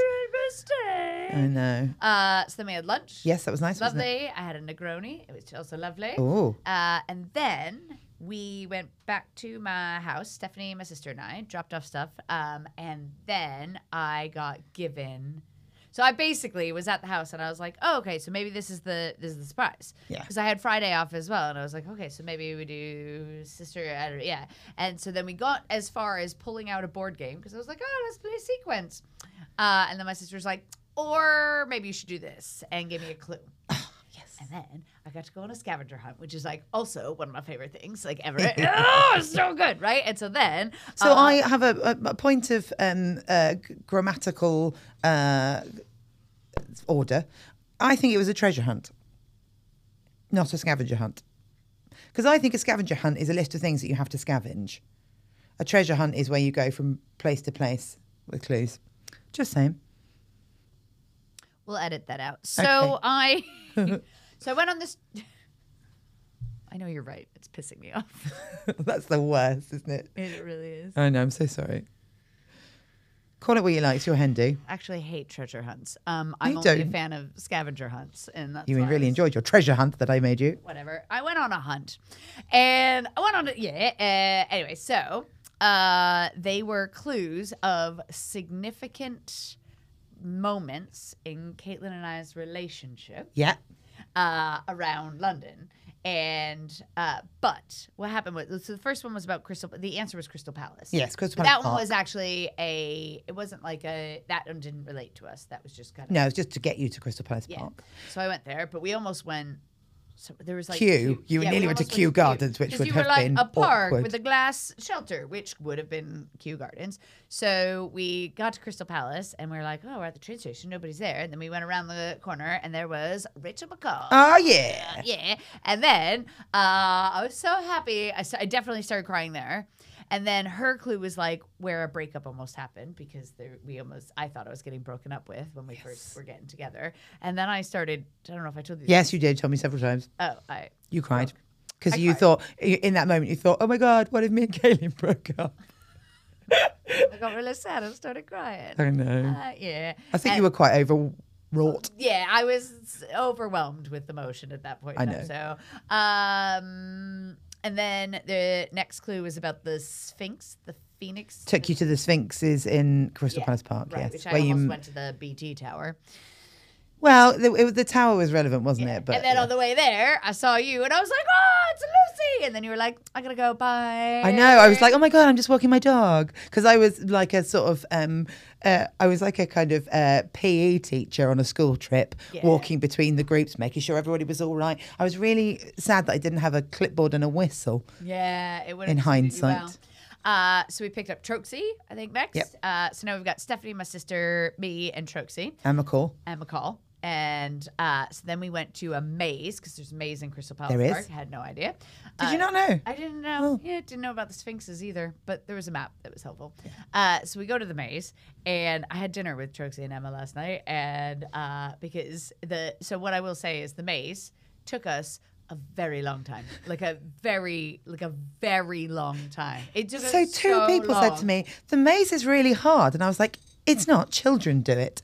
I know.
Uh, so then we had lunch.
Yes, that was nice, wasn't it?
Lovely. I had a Negroni. It was also lovely.
Oh,
Uh, and then we went back to my house. Stephanie, my sister, and I dropped off stuff. Um, and then I got given. So I basically was at the house, and I was like, "Oh, okay. So maybe this is the this is the surprise."
Yeah.
Because I had Friday off as well, and I was like, "Okay, so maybe we do sister." I don't- Yeah. And so then we got as far as pulling out a board game because I was like, "Oh, let's play sequence." Uh, and then my sister was like, "Or maybe you should do this," and gave me a
[sighs]
clue.
Oh,
And then I got to go on a scavenger hunt, which is like also one of my favorite things, like
[laughs]
ever. oh, it's so good, right? And so then,
so
uh,
I have a, a, a point of um, uh, g- grammatical uh, order. I think it was a treasure hunt, not a scavenger hunt. Because I think a scavenger hunt is a list of things that you have to scavenge. A treasure hunt is where you go from place to place with clues. Just saying. [laughs]
we'll edit that out. So
Okay.
I, so I went on this. [laughs] I know you're right. It's pissing me off.
That's the worst, isn't it?
It really is.
I know, I'm so sorry. Call it what you like, it's your hen do.
I actually hate treasure hunts. Um, I'm
You
only a
don't.
fan of scavenger hunts, and that's
You
why I
really
was-
enjoyed your treasure hunt that I made you.
whatever. I went on a hunt, and I went on. A, yeah. Uh, anyway, so uh, they were clues of significant moments in Caitlin and I's relationship
Yeah.
uh, around London. And uh, but what happened was so the first one was about Crystal. The answer was Crystal Palace.
Yes, Crystal
But
Palace
That one
Park.
was actually a. It wasn't like a. That one didn't relate to us. That was just kind of.
No, it's just to get you to Crystal Palace
Yeah.
Park.
So I went there, but we almost went. So there was like
Kew.
Kew.
You nearly
we
went to
almost
Kew Gardens, which
'Cause
would
you
have
were like
been
a park
awkward.
with a glass shelter, which would have been Kew Gardens. So we got to Crystal Palace, and we were like, "Oh, we're at the train station. Nobody's there." And then we went around the corner, and there was Rachel McCall.
Oh, yeah.
[laughs] yeah, and then uh, I was so happy. I, sta- I definitely started crying there, and then her clue was like where a breakup almost happened because there, we almost I thought I was getting broken up with when we first were getting together, and then I started. I don't know if I told you.
Yes, you did. Told me several times.
Oh, I.
You cried because you thought in that moment you thought, "Oh my God, what if me and Kaylin [laughs] broke up?"
I got really sad. I started crying.
I know.
Uh, yeah.
I think
And-
you were quite overwrought.
yeah, I was overwhelmed with emotion at that point.
I
in time. So, um, and then the next clue was about the Sphinx, the Phoenix.
Took you to the Sphinxes in Crystal
Yeah,
Palace Park.
right,
yes,
which I
where you.
almost
m-
went to the BT Tower.
Well, the, it, was- the tower was relevant, wasn't it? But
and then
yeah.
on the way there, I saw you, and I was like, "Oh, it's Lucy!" And then you were like, "I gotta go, bye."
I know. I was like, oh my god, I'm just walking my dog because I was like a sort of, um, uh, I was like a kind of uh, PE teacher on a school trip, walking between the groups, making sure everybody was all right. I was really sad that I didn't have a clipboard and a whistle.
"Yeah, it would."
In hindsight.
Uh, so we picked up Troxy, I think, next.
Yep.
Uh, so now we've got Stephanie, my sister, me, and Troxy
I'm a call.
and McCall. And uh, so then we went to a maze because there's a maze in Crystal Palace
There is.
Park. I had no idea.
Did
Uh,
you not know?
I didn't know.
Well-
Yeah, didn't know about the Sphinxes either, but there was a map that was helpful. Uh, so we go to the maze, and I had dinner with Troxy and Emma last night, and uh, because the so what I will say is the maze took us a very long time, like a very like a very long time. It took
So two
us
people said to
long.
me, "The maze is really hard," and I was like, "It's not. Children do it."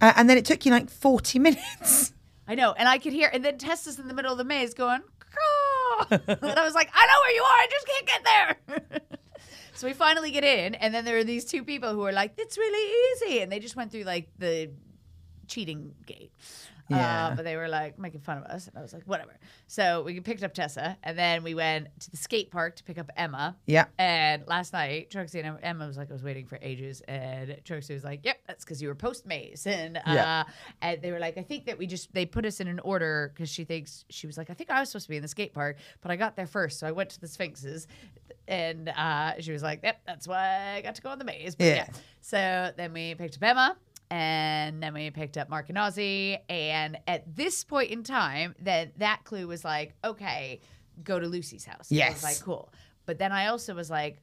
Uh, and then it took you like forty [laughs] minutes.
I know, and I could hear, and then Tessa's in the middle of the maze going, "Caw." [laughs] and I was like, I know where you are, I just can't get there. [laughs] so we finally get in, and then there are these two people who are like, it's really easy, and they just went through like the cheating gate.
Yeah.
Uh, but they were like making fun of us, and I was like, whatever. So we picked up Tessa, and then we went to the skate park to pick up Emma.
yeah.
And last night, Troxy and Emma was like, I was waiting for ages. And Troxy was like, Yep, that's because you were post maze. And, uh,
Yeah.
and they were like, I think that we just, they put us in an order because she thinks, she was like, I think I was supposed to be in the skate park, but I got there first. So I went to the Sphinxes. And uh, she was like, Yep, that's why I got to go on the maze. But
Yeah.
yeah. So then we picked up Emma. And then we picked up Mark and Ozzy. And at this point in time, then that clue was like, okay, go to Lucy's house. I
Yes.
was like, cool. But then I also was like,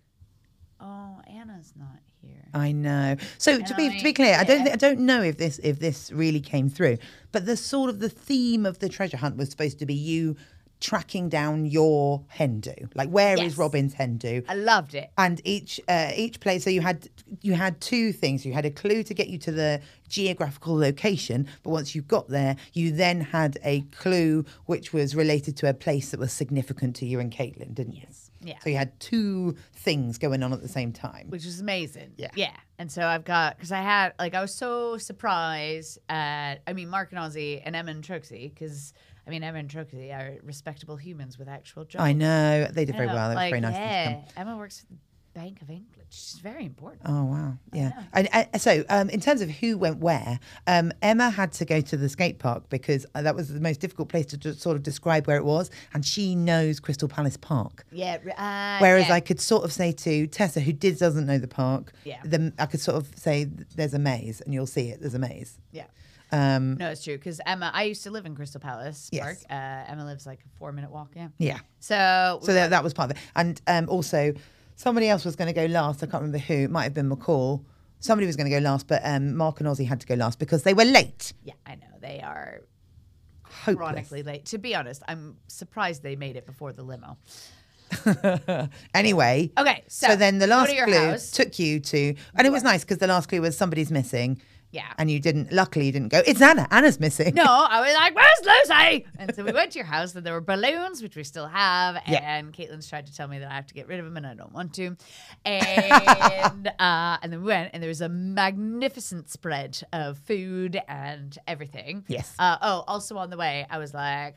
oh, Anna's not here.
I know. So to be to be
I-
clear, I don't
yeah.
thi- I don't know if this if this really came through, but the sort of the theme of the treasure hunt was supposed to be you tracking down your hen do. Like where is
Yes.
Robin's hen do?
I loved it.
and each uh, each place so you had you had two things you had a clue to get you to the geographical location but once you got there you then had a clue which was related to a place that was significant to you and Caitlin didn't yes. you
Yeah.
so you had two things going on at the same time
which is amazing.
Yeah.
Yeah. And so I've got, because I had, like, I was so surprised at, I mean, Mark and Ozzy and Emma and Troxy, because, I mean, Emma and Troxy are respectable humans with actual jobs.
I know they did Oh, very
know,
well that was
like,
very nice of them to come
Yeah. Emma works for the Bank of England. She's very important.
Oh wow, yeah. And, and so, um, in terms of who went where, um, Emma had to go to the skate park because uh, that was the most difficult place to just sort of describe where it was, and she knows Crystal Palace Park.
Yeah. re- Uh,
Whereas
yeah.
I could sort of say to Tessa, who did doesn't know the park,
Yeah.
the, I could sort of say there's a maze, and you'll see it. There's a maze.
Yeah.
Um,
No, it's true. Because Emma, I used to live in Crystal Palace
Yes.
Park. Uh, Emma lives like a four minute walk. Yeah.
yeah.
So,
So that, that was part of it, and um, also somebody else was going to go last. I can't remember who. It might have been McCall. Somebody was going to go last, but um, Mark and Ozzy had to go last because they were late.
yeah, I know. They are
Hopeless.
chronically late. To be honest, I'm surprised they made it before the limo.
[laughs] Anyway.
Okay. So,
So, then the
go
last
to your
clue
house.
took you to, and it was nice because the last clue was somebody's missing.
Yeah.
And you didn't, luckily, you didn't go, it's Anna. Anna's missing.
no, I was like, "Where's Lucy?" And so we went to your house, and there were balloons, which we still have.
Yeah.
And Caitlin's tried to tell me that I have to get rid of them, and I don't want to.
[laughs]
And uh, and then we went, and there was a magnificent spread of food and everything.
Yes.
Uh, oh, also on the way, I was like,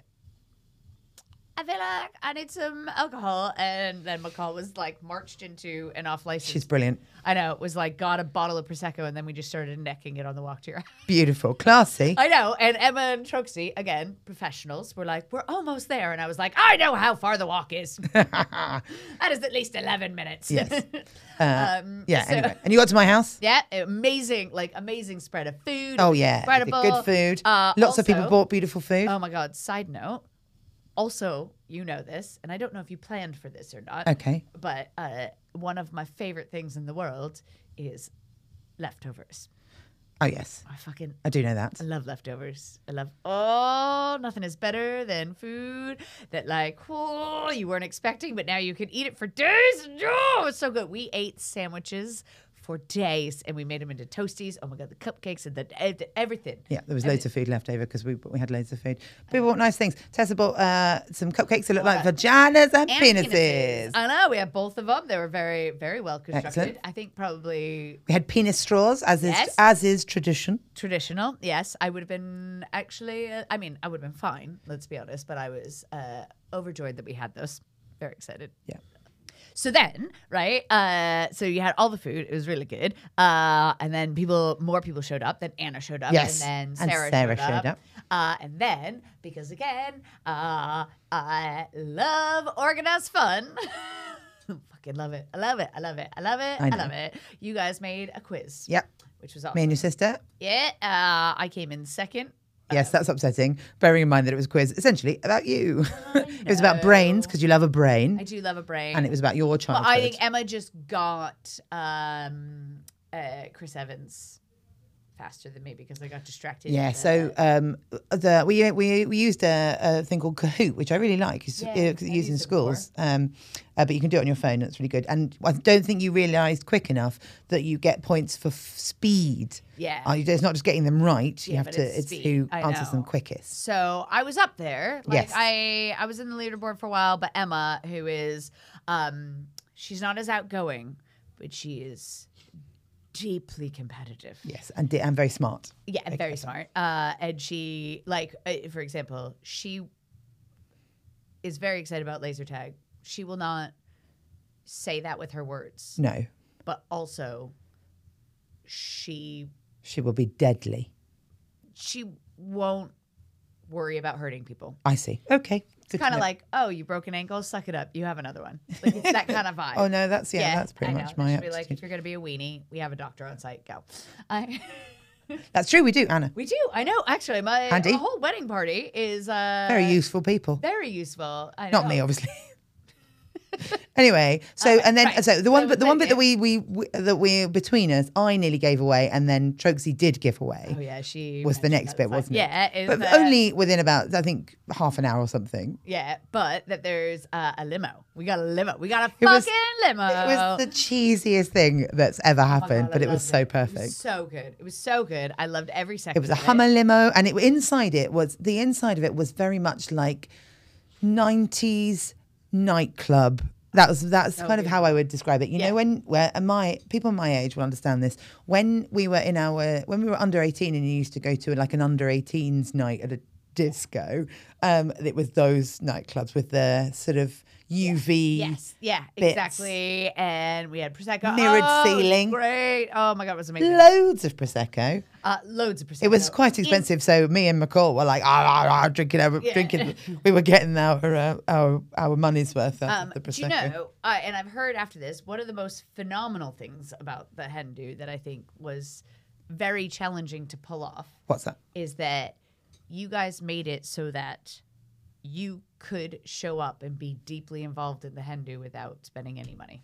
I feel like I need some alcohol. And then McCall was like marched into an off license.
[laughs] She's brilliant.
I know, it was like got a bottle of Prosecco and then we just started necking it on the walk to your house.
Beautiful.
[laughs]
Classy.
I know. And Emma and Troxy, again, professionals, were like, we're almost there. And I was like, I know how far the
[laughs]
walk is. that is at least 11 minutes.
Yes.
[laughs] um,
Uh, yeah,
so-
anyway. And you got to my house?
Yeah, amazing, like amazing spread of food.
Oh, yeah. They did
Incredible.
Good food.
Uh,
Lots of people
also-
bought beautiful food.
Oh my God. Side note. Also, you know this, and I don't know if you planned for this or not.
okay.
But uh, one of my favorite things in the world is leftovers.
Oh, yes.
I fucking
I do know that.
I love leftovers. I love oh, nothing is better than food that like oh you weren't expecting, but now you can eat it for days. Oh, it's so good. We ate sandwiches for days, and we made them into toasties. Oh my god, the cupcakes and the ev- everything.
Yeah, there was loads of food left over because we we had loads of food. People bought nice things. Tessa bought uh, some cupcakes that look like vaginas and,
And
penises.
I know we had both of them. They were very, very well constructed.
Excellent.
I think probably
We had penis straws, as
Yes.
is as is tradition.
traditional. Yes, I would have been actually. Uh, I mean, I would have been fine. Let's be honest. But I was uh, overjoyed that we had those. Very excited.
Yeah.
So then, right? Uh, so you had all the food. It was really good. Uh, and then people, more people showed up. Then Anna showed up.
Yes,
And then
and
Sarah,
Sarah
showed,
showed up.
up. Uh, and then, because again, uh, I love organized fun. Fucking [laughs] fucking love it. I love it. I love it. I love it.
I
I,
know.
love it. You guys made a quiz.
Yep.
Which was awesome.
Me and your sister.
Yeah. Uh, I came in second.
Yes, that's upsetting. Bearing in mind that it was a quiz essentially about you. [laughs] it was about brains because you love a brain,
I do love a brain.
and it was about your
But
childhood.
I think Emma just got um, uh, Chris Evans faster than me because I got distracted.
yeah,
with
so
the-
um, the we we, we used a, a thing called Kahoot, which I really like. It's,
Yeah,
yeah,
I've
used in
used it before.
schools, um, uh, but you can do it on your phone. That's really good. And I don't think you realised quick enough that you get points for f- speed.
yeah.
Uh, you- it's not just getting them right. You
Yeah,
have
but
to. It's,
it's
who
speed. I
answers them
know.
quickest.
So I was up there. Like
Yes.
I I was in the leaderboard for a while, but Emma, who is um she's not as outgoing, but she is deeply competitive.
Yes, and di- and very smart.
Yeah, and very smart. Uh, and she, like, uh, for example, she is very excited about laser tag. She will not say that with her words,
No,
but also she
she will be deadly.
she won't worry about hurting people.
I see. Okay. Good to
Kind of
know.
like, oh, you broke an ankle, suck it up. You have another one. Like it's that
[laughs]
kind of vibe.
Oh no, that's yeah, that's pretty
I know.
much
They
my
should be like,
attitude.
if you're gonna be a weenie, we have a doctor on site. Go. I, [laughs]
That's true. We do, Anna.
we do. I know. Actually, my
Handy.
my whole wedding party is uh,
Very useful people.
very useful. I
Not
know.
me, obviously. [laughs] anyway, so and then
Um, right.
so the one
So
but the one
then
bit that we, we we that we between us, I nearly gave away, and then Troxy did give away.
Oh yeah, she
Was the
mentioned
next
that
bit,
side.
wasn't it?
Yeah, is
But
that-
only within about I think half an hour or something.
yeah, but that there's uh, a limo. We got a limo. We got a
It
fucking
was-
limo.
It was the cheesiest thing that's ever
Oh my
happened,
God,
but
I
it was
loved
so
It was
perfect.
so good. It was so good. I loved every second.
It was a
of
Hummer limo, and it inside it was the inside of it was very much like '90s nightclub. That was that's kind of how I would describe it. You
Yeah.
know, when where and my people my age will understand this. When we were in our when we were under 18 and you used to go to like an under 18s night at a disco, um, it was those nightclubs with the sort of UV.
Yes. Yeah.
bits.
Exactly. And we had prosecco.
Mirrored
Oh, it was
ceiling.
Great. Oh my god, it was amazing.
Loads of prosecco.
Uh, loads of prosecco.
It was quite expensive, so me and McCall were like, ah, ah, ah, drinking, our,
Yeah.
drinking. We were getting our uh, our our money's worth out
Um,
of the prosecco.
do you know? Uh, and I've heard after this one of the most phenomenal things about the Hindu that I think was very challenging to pull off
What's that?
is that you guys made it so that you could show up and be deeply involved in the Hindu without spending any money.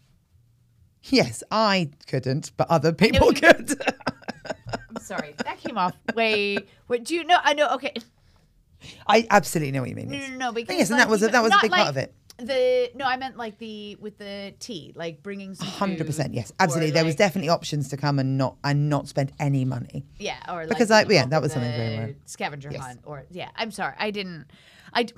Yes, I couldn't, but other people could.
I'm sorry, [laughs] that came off way. What do you know? I know. Okay,
[laughs] I absolutely know what you mean.
no,
yes.
no, no, no, because
yes, and
Mm. like,
that was
you
a-
know,
that was a
not
big part of
like
it.
The no, I meant like the with the tea, like bringing some
Hundred percent,
food
yes,
or,
absolutely. There was
like-
definitely options to come and not and not spend any money.
Yeah, or
Because,
like,
like, yeah,
involved
that
in
was something very
the
rare.
Scavenger
Yes.
hunt, or yeah. I'm sorry, I didn't. I d-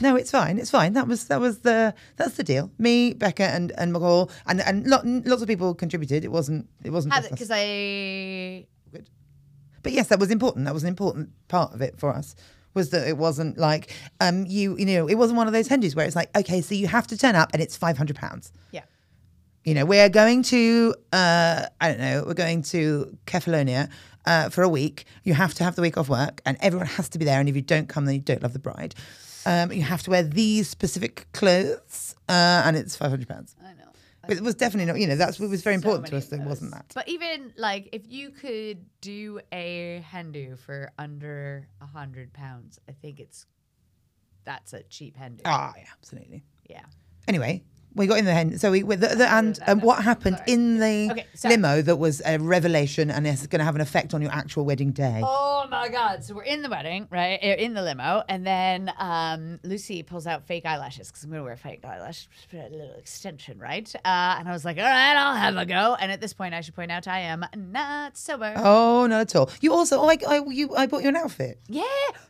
No, it's fine. It's fine. That was that was the that's the deal. Me, Becca, and and McCall, and and lot, lots of people contributed. It wasn't it wasn't just us.
because I
But yes, that was important. That was an important part of it for us. Was that it wasn't like um you you know it wasn't one of those Hindus where it's like okay so you have to turn up and it's five hundred pounds.
yeah.
You know we're going to uh I don't know we're going to Kefalonia uh, for a week. You have to have the week off work and everyone has to be there. And if you don't come, then you don't love the bride. Um, you have to wear these specific clothes uh, and it's five hundred pounds.
I know.
But it was definitely not you know that's it was very
so
important to
many
us.
of
That it wasn't
those.
that.
But even like if you could do a Hindu for under a hundred pounds, I think it's that's a cheap Hindu.
Ah yeah, absolutely.
Yeah.
anyway, we got in the hen. So we with the, the, and um, what happened in the
Okay, sorry.
limo that was a revelation and it's going to have an effect on your actual wedding day.
Oh my God! So we're in the wedding, right? Eh, In the limo, and then um, Lucy pulls out fake eyelashes because I'm gonna wear fake eyelashes, just put a little extension, right? Uh, and I was like, "All right, I'll have a go." And at this point, I should point out I am not sober.
Oh, not at all. You also, oh, I, I, you, I bought you an outfit.
Yeah.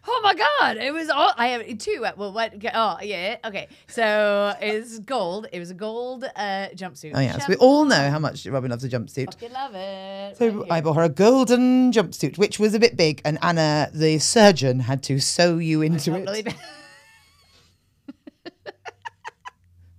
Oh my God. It was all. I have two. uh, Well, what? Oh, yeah. Okay. So it's gold. It was a gold uh, jumpsuit.
Oh yes, we all know how much Robin loves a jumpsuit.
Fucking love it.
So
Right
I bought her a golden jumpsuit, which was a bit big, and Anna, the surgeon, had to sew you into
here.
it.
Totally bad.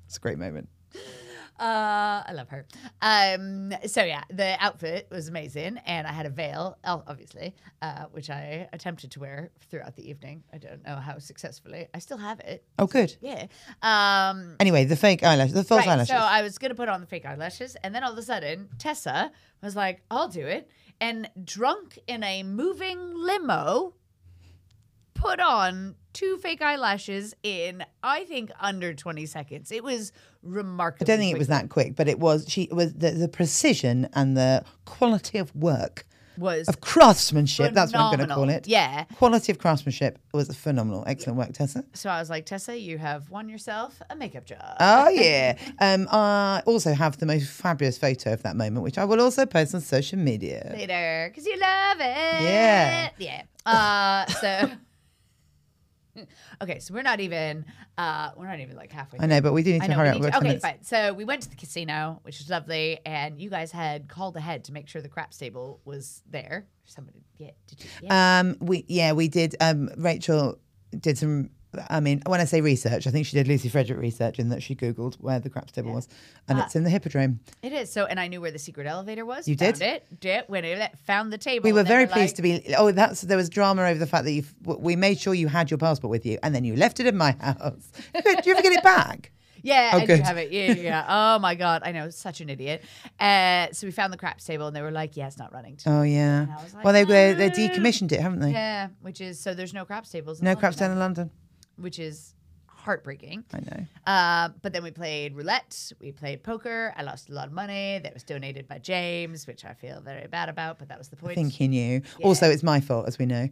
It's a great moment.
[laughs] Uh, I love her. Um, so yeah, the outfit was amazing, and I had a veil, oh, obviously, uh, which I attempted to wear throughout the evening. I don't know how successfully. I still have it.
Oh, good.
Yeah. Um,
Anyway, the fake eyelashes, the false
right.
eyelashes.
So I was gonna put on the fake eyelashes, and then all of a sudden, Tessa was like, "I'll do it," and drunk in a moving limo, put on two fake eyelashes in I think under twenty seconds. It was
I
remarkable.
don't think it was that quick, but it was. She it was the, the precision and the quality of work
was
of craftsmanship. That's what I'm going to call
phenomenal.
it.
Yeah.
Quality of craftsmanship was phenomenal. Excellent work, Tessa.
So I was like, Tessa, you have won yourself a makeup job. [laughs]
Oh yeah. Um, I also have the most fabulous photo of that moment, which I will also post on social media.
later because you love it.
Yeah.
Yeah. Uh, so. [laughs] okay, so we're not even uh, we're not even like halfway.
I know, but we do need to
I know,
hurry
we
up.
need
We've
to-
got ten
okay,
minutes.
fine. So we went to the casino, which was lovely, and you guys had called ahead to make sure the craps table was there. Somebody, yeah, did you? Yeah.
Um, we yeah, we did. Um, Rachel did some. I mean, when I say research, I think she did Lucy Frederick research in that she googled where the craps table was, and
Uh,
it's in the Hippodrome.
it is. So, and I knew where the secret elevator was.
You
found
did?
it. Did went in it, found the table.
We were
and then
very
like,
pleased to be. Oh, that's there was drama over the fact that you. We made sure you had your passport with you, and then you left it in my [laughs] house. Good. Do you ever get it back?
Yeah,
Oh,
I do
good.
have it. Yeah,
[laughs]
yeah, yeah. Oh my god, I know, such an idiot. Uh, so we found the craps table, and they were like, "Yeah, it's not running." Today.
Oh yeah.
I was like,
well, they, they they
"No."
decommissioned it, haven't they?
Yeah, which is so there's no craps tables. In
No
London
craps
now,
down in London.
which is heartbreaking.
I know.
Uh, but then we played roulette, we played poker. I lost a lot of money that was donated by James, which I feel very bad about. But that was the point.
I think he knew. Also, it's my fault, as we know,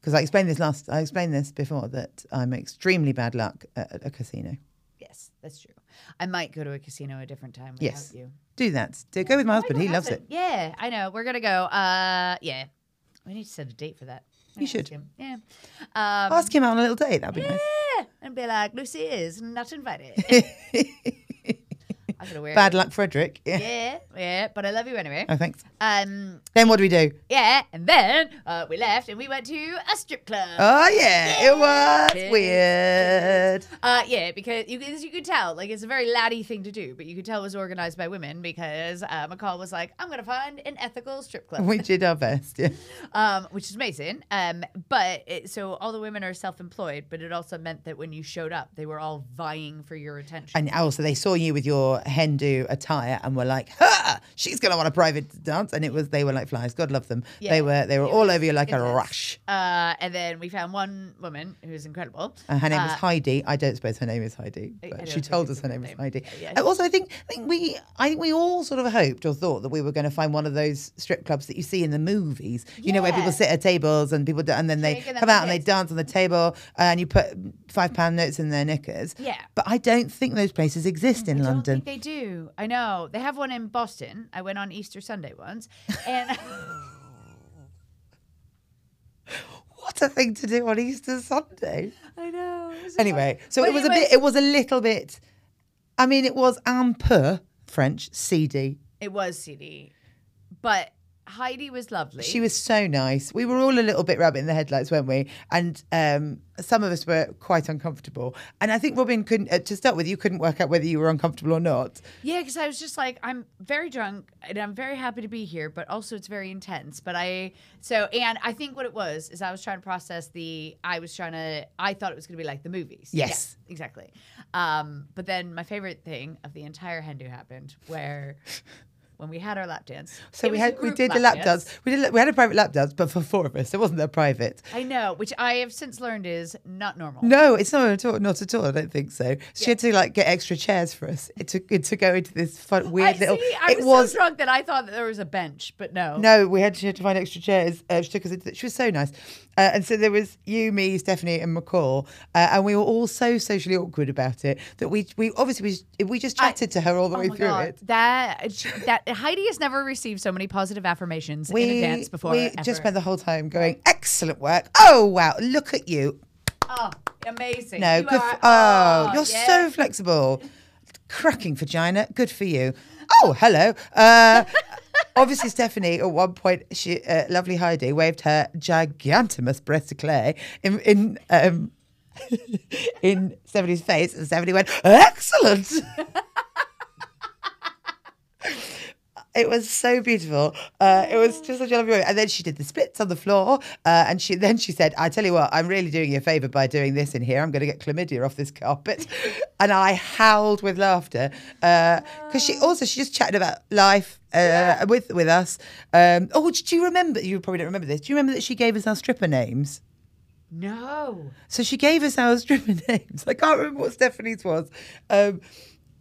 because I explained this last. I explained this before that I'm extremely bad luck at, at a casino.
Yes, that's true. I might go to a casino a different time without
Yes.
you. Oh
Do that. Do, go with my husband.
Why
He
not
loves
have
it.
Yeah, I know. We're gonna go. Uh, yeah, we need to set a date for that.
You
Ask
should.
him. Yeah. Um,
Ask him out on a little date. That'd be nice. [laughs]
Yeah, and be like, Lucy is not invited. I'm gonna wear
Bad luck, Frederick. Yeah.
Yeah, yeah, but I love you anyway.
Oh, thanks.
Um,
Then what do we do?
yeah, and then uh, we left and we went to a strip club.
Oh yeah, it was
Yes.
weird. [laughs]
Uh, yeah, because you as you could tell, like it's a very laddie thing to do, but you could tell it was organized by women because uh, McCall was like, "I'm gonna find an ethical strip club,"
We did our best. Yeah.
um, which is amazing. Um, but it, so all the women are self-employed, but it also meant that when you showed up, they were all vying for your attention.
And also, they saw you with your Hindu attire and were like, "Ha! She's gonna want a private dance." And it was they were like flies. God love them.
Yeah.
They were they were all over you like a
intense.
rush.
Uh, and then we found one woman who was incredible.
Uh, her name was
Uh,
Heidi. I don't suppose her name is Heidi,
I- I
but
don't
she
think
told us
it's a
her
real
name is
name.
Heidi.
Yeah,
Uh, Also, I think I think we I think we all sort of hoped or thought that we were going to find one of those strip clubs that you see in the movies. You know where
Yeah.
people sit at tables and people do, and then they
Drink and then
come
they
out and they dance
dance.
on the table and you put five pound notes in their knickers.
Yeah. Mm,
But I don't think those places exist in
I
London.
don't think they do. I know they have one in Boston. I went on Easter Sunday once, and [laughs]
What a thing to do on Easter Sunday.
I know.
[laughs]
it was so
Anyway, so
But
it was
it
a bit. It was a little bit. I mean, it was un peu French CD.
It was CD, but Heidi was lovely.
She was so nice. We were all a little bit rabbit in the headlights, weren't we? And um, some of us were quite uncomfortable. And I think Robin couldn't. Uh, to start with, you couldn't work out whether you were uncomfortable or not.
yeah, because I was just like, I'm very drunk and I'm very happy to be here, but also it's very intense. But I so and I think what it was is I was trying to process the I was trying to I thought it was going to be like the movies.
Yes.
Yeah, exactly. Um, but then my favorite thing of the entire Hindu happened where. When we had our lap dance,
So
it
we
was a
had we
group
did the lap
dance.
dance. We did we had a private lap dance, but for four of us, it wasn't a private.
I know, which I have since learned is not normal.
No, it's not at all. Not at all. I don't think so. She had to like get extra chairs for us to to go into this fun,
I
weird
see.
little.
I was, so drunk that I thought that there was a bench, but no.
No, we had, she had to find extra chairs. Uh, she took us into. She was so nice, uh, and so there was you, me, Stephanie, and McCall, uh, and we were all so socially awkward about it that we we obviously we, we just chatted to her all the
Oh
way
my
through
God.
it.
That she- that Heidi has never received so many positive affirmations
We
in a dance before.
we
ever.
just spent the whole time going, "Excellent work! Oh wow, look at you!
oh, amazing.
No,
You
good.
are-
for, oh, you're
yeah.
so flexible. Cracking vagina. Good for you. Oh, hello. Uh, obviously, Stephanie, at one point, she, uh, lovely Heidi, waved her gigantimous breast of clay in, in, um, [laughs] in Stephanie's face, and Stephanie went, excellent. It was so beautiful. Uh, it was just such a lovely moment. And then she did the splits on the floor, uh, and she then she said, "I tell you what, I'm really doing you a favour by doing this in here. I'm going to get chlamydia off this carpet," and I howled with laughter because she also she just chatted about life. Uh, With with us, um, oh, do you remember? You probably don't remember this. Do you remember that she gave us our stripper names?
No.
So she gave us our stripper [laughs] names. I can't remember what Stephanie's was. Um,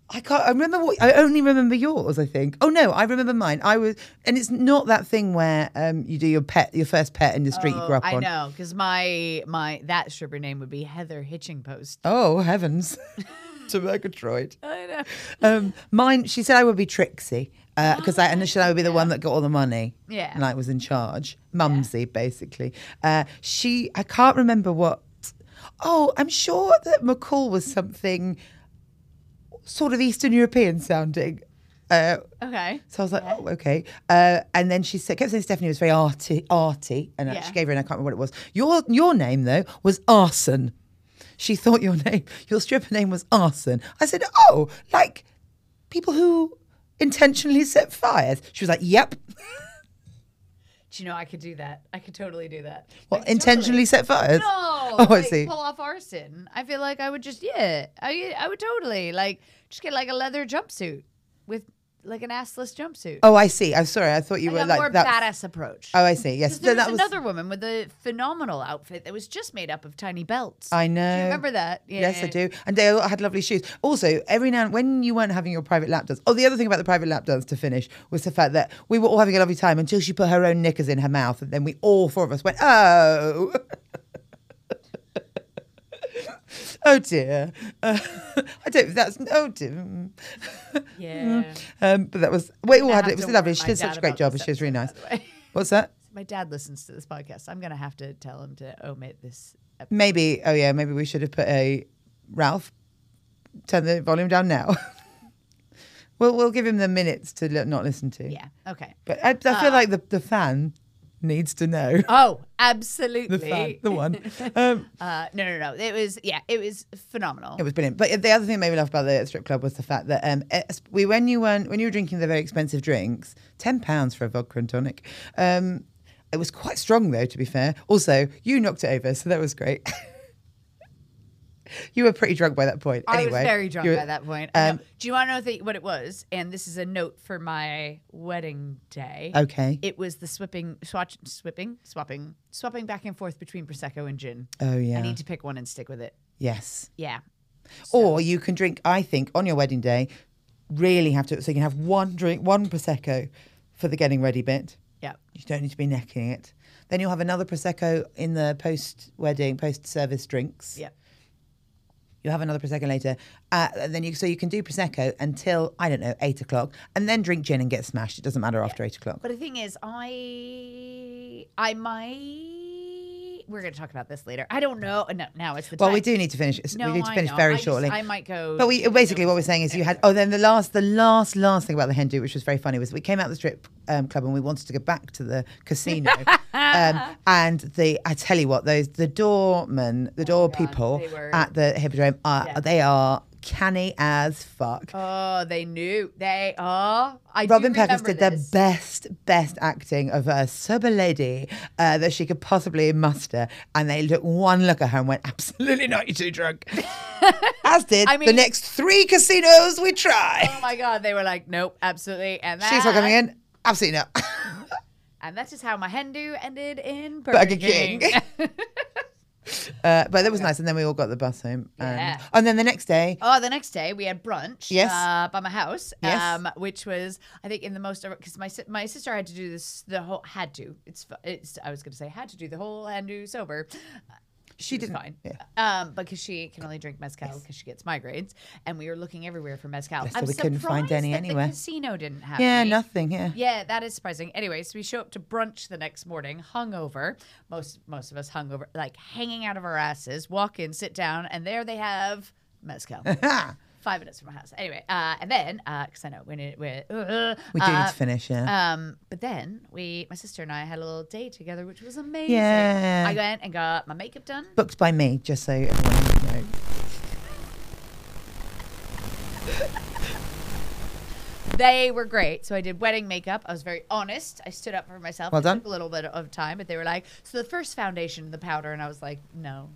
I can't. I remember what. I only remember yours. I think. Oh no, I remember mine. I was, and it's not that thing where um, you do your pet, your first pet in the street you
Oh,
grew up
I
on.
know, because my my that stripper name would be Heather Hitchingpost.
Oh heavens, [laughs] to Murgatroyd.
I know.
Um, mine. She said I would be Trixie because I and she said I would be the one that got all the money.
Yeah.
and I was in charge, Mumsy basically. Uh, she. I can't remember what. Oh, I'm sure that McCall was something sort of Eastern European sounding. Uh,
Okay.
so I was like, oh, okay. Uh, and then she said, kept saying Stephanie was very arty, arty, and uh,
Yeah.
she gave her, and I can't remember what it was. Your your name though was Arson. She thought your [laughs] name, your stripper name was Arson. I said, oh, like people who intentionally set fires. She was like, yep.
Do you know I could do that? I could totally do that.
Well,
Like, Oh,
[laughs]
totally.
intentionally set fires.
No.
[laughs] Oh, I
like,
see.
Pull off arson. I feel like I would just yeah. I I would totally like just get like a leather jumpsuit with like an assless jumpsuit.
Oh, I see. I'm sorry. I thought you
like
were
a more
like that.
badass approach.
Oh, I see. Yes, No,
Because there was,
that was.
another woman with a phenomenal outfit that was just made up of tiny belts.
I
Do
know.
you remember that? Yeah.
Yes, I do. And they all had lovely shoes. Also, every now and when you weren't having your private lap dance. Oh, the other thing about the private lap dance to finish was the fact that we were all having a lovely time until she put her own knickers in her mouth, and then we all four of us went, "Oh, [laughs] oh dear." [laughs] Uh, I don't. That's oh dear.
Yeah.
Um, but that was. We all
I
had
have
it. It was
to
lovely.
warn
She
my
did
dad
such a great
about
job, and
this
she was really nice.
episode, [laughs] by the way.
What's that?
My dad listens to this podcast. I'm going to have to tell him to omit this. ep-
Maybe. Oh yeah. Maybe we should have put a Ralph. Turn the volume down now. [laughs] we'll we'll give him the minutes to li- not listen to.
Yeah. Okay.
But I, I feel like the, the fan needs to know. [laughs]
Oh,
The
absolutely.
fan, the one. Um,
Uh, no, no, no. It was, yeah, it was phenomenal.
it was brilliant. But the other thing that made me laugh about the strip club was the fact that um, es- we when you weren't when you were drinking the very expensive drinks, ten pounds for a vodka and tonic. Um, it was quite strong though, to be fair. Also, you knocked it over, so that was great. [laughs] you were pretty drunk by that point.
I
anyway,
was very drunk
you were-
by that point. I know.
um,
Do you want to know the, what it was? And this is a note for my wedding day.
Okay.
It was the swipping, swatch, swipping, swapping, swapping back and forth between prosecco and gin.
oh
I
yeah.
need to pick one and stick with it.
yes.
Yeah.
Or you can drink, I think, on your wedding day, really have to. So you can have one drink, one Prosecco for the getting ready bit.
Yeah.
You don't need to be necking it. Then you'll have another Prosecco in the post wedding, post service drinks.
Yeah.
You'll have another Prosecco later. Uh, and then you, so you can do Prosecco until, I don't know, eight o'clock and then drink gin and get smashed. It doesn't matter after eight o'clock.
But the thing is, I, I might. We're going to talk about this later. I don't know. No, now it's the
Well,
time.
we do need to finish.
No,
we need to
I
finish
know.
very
I just-
shortly.
I might go.
But we basically what we're saying is you had oh then the last the last last thing about the Hindu which was very funny was we came out of the strip um, club and we wanted to go back to the
[laughs]
casino um, and the I tell you what those the doormen the door people
Oh, they were-
at the Hippodrome are they are canny as fuck.
Oh, they knew. They are. I do
Robin Purvis
remember
did the
this.
best, best acting of a sober lady uh, that she could possibly muster. And they looked one look at her and went, absolutely not, you're too
[laughs]
drunk. As did
I
the
mean-
next three casinos we try.
Oh my God, they were like, nope, absolutely. And that,
She's not coming in. Absolutely not. [laughs]
And that's just how my Hindu ended in Burger,
Burger
King.
King. uh, but that was nice. And then we all got the bus home. And,
Yeah.
and then the next day,
oh, the next day we had brunch.
Yes.
Uh, by my house. um,
Yes.
which was, I think, in the most because my si- my sister had to do this the whole had to. It's f- it's. I was going to say had to do the whole Hindu sober.
she
It's
didn't.
fine.
Yeah.
Um, because she can only drink mezcal because she gets migraines, and we were looking everywhere for mezcal.
so we couldn't find
surprised
any
that the
anywhere.
casino didn't have.
Yeah,
any.
nothing. Yeah.
Yeah, that is surprising. Anyway, so we show up to brunch the next morning, hungover. Most most of us hungover, like hanging out of our asses. Walk in, sit down, and there they have mezcal.
[laughs] Ah,
Five minutes from my house. Anyway, uh, and then because I know we're, ne- we're uh,
We do need to finish. Yeah.
um, but then we, my sister and I, had a little day together, which was amazing.
Yeah.
I went and got my makeup done.
Booked by me, just so everyone knows.
They were great. So I did wedding makeup. I was very honest. I stood up for myself.
Well
it
done.
Took a little bit of time, but they were like, so the first foundation, the powder, and I was like, no.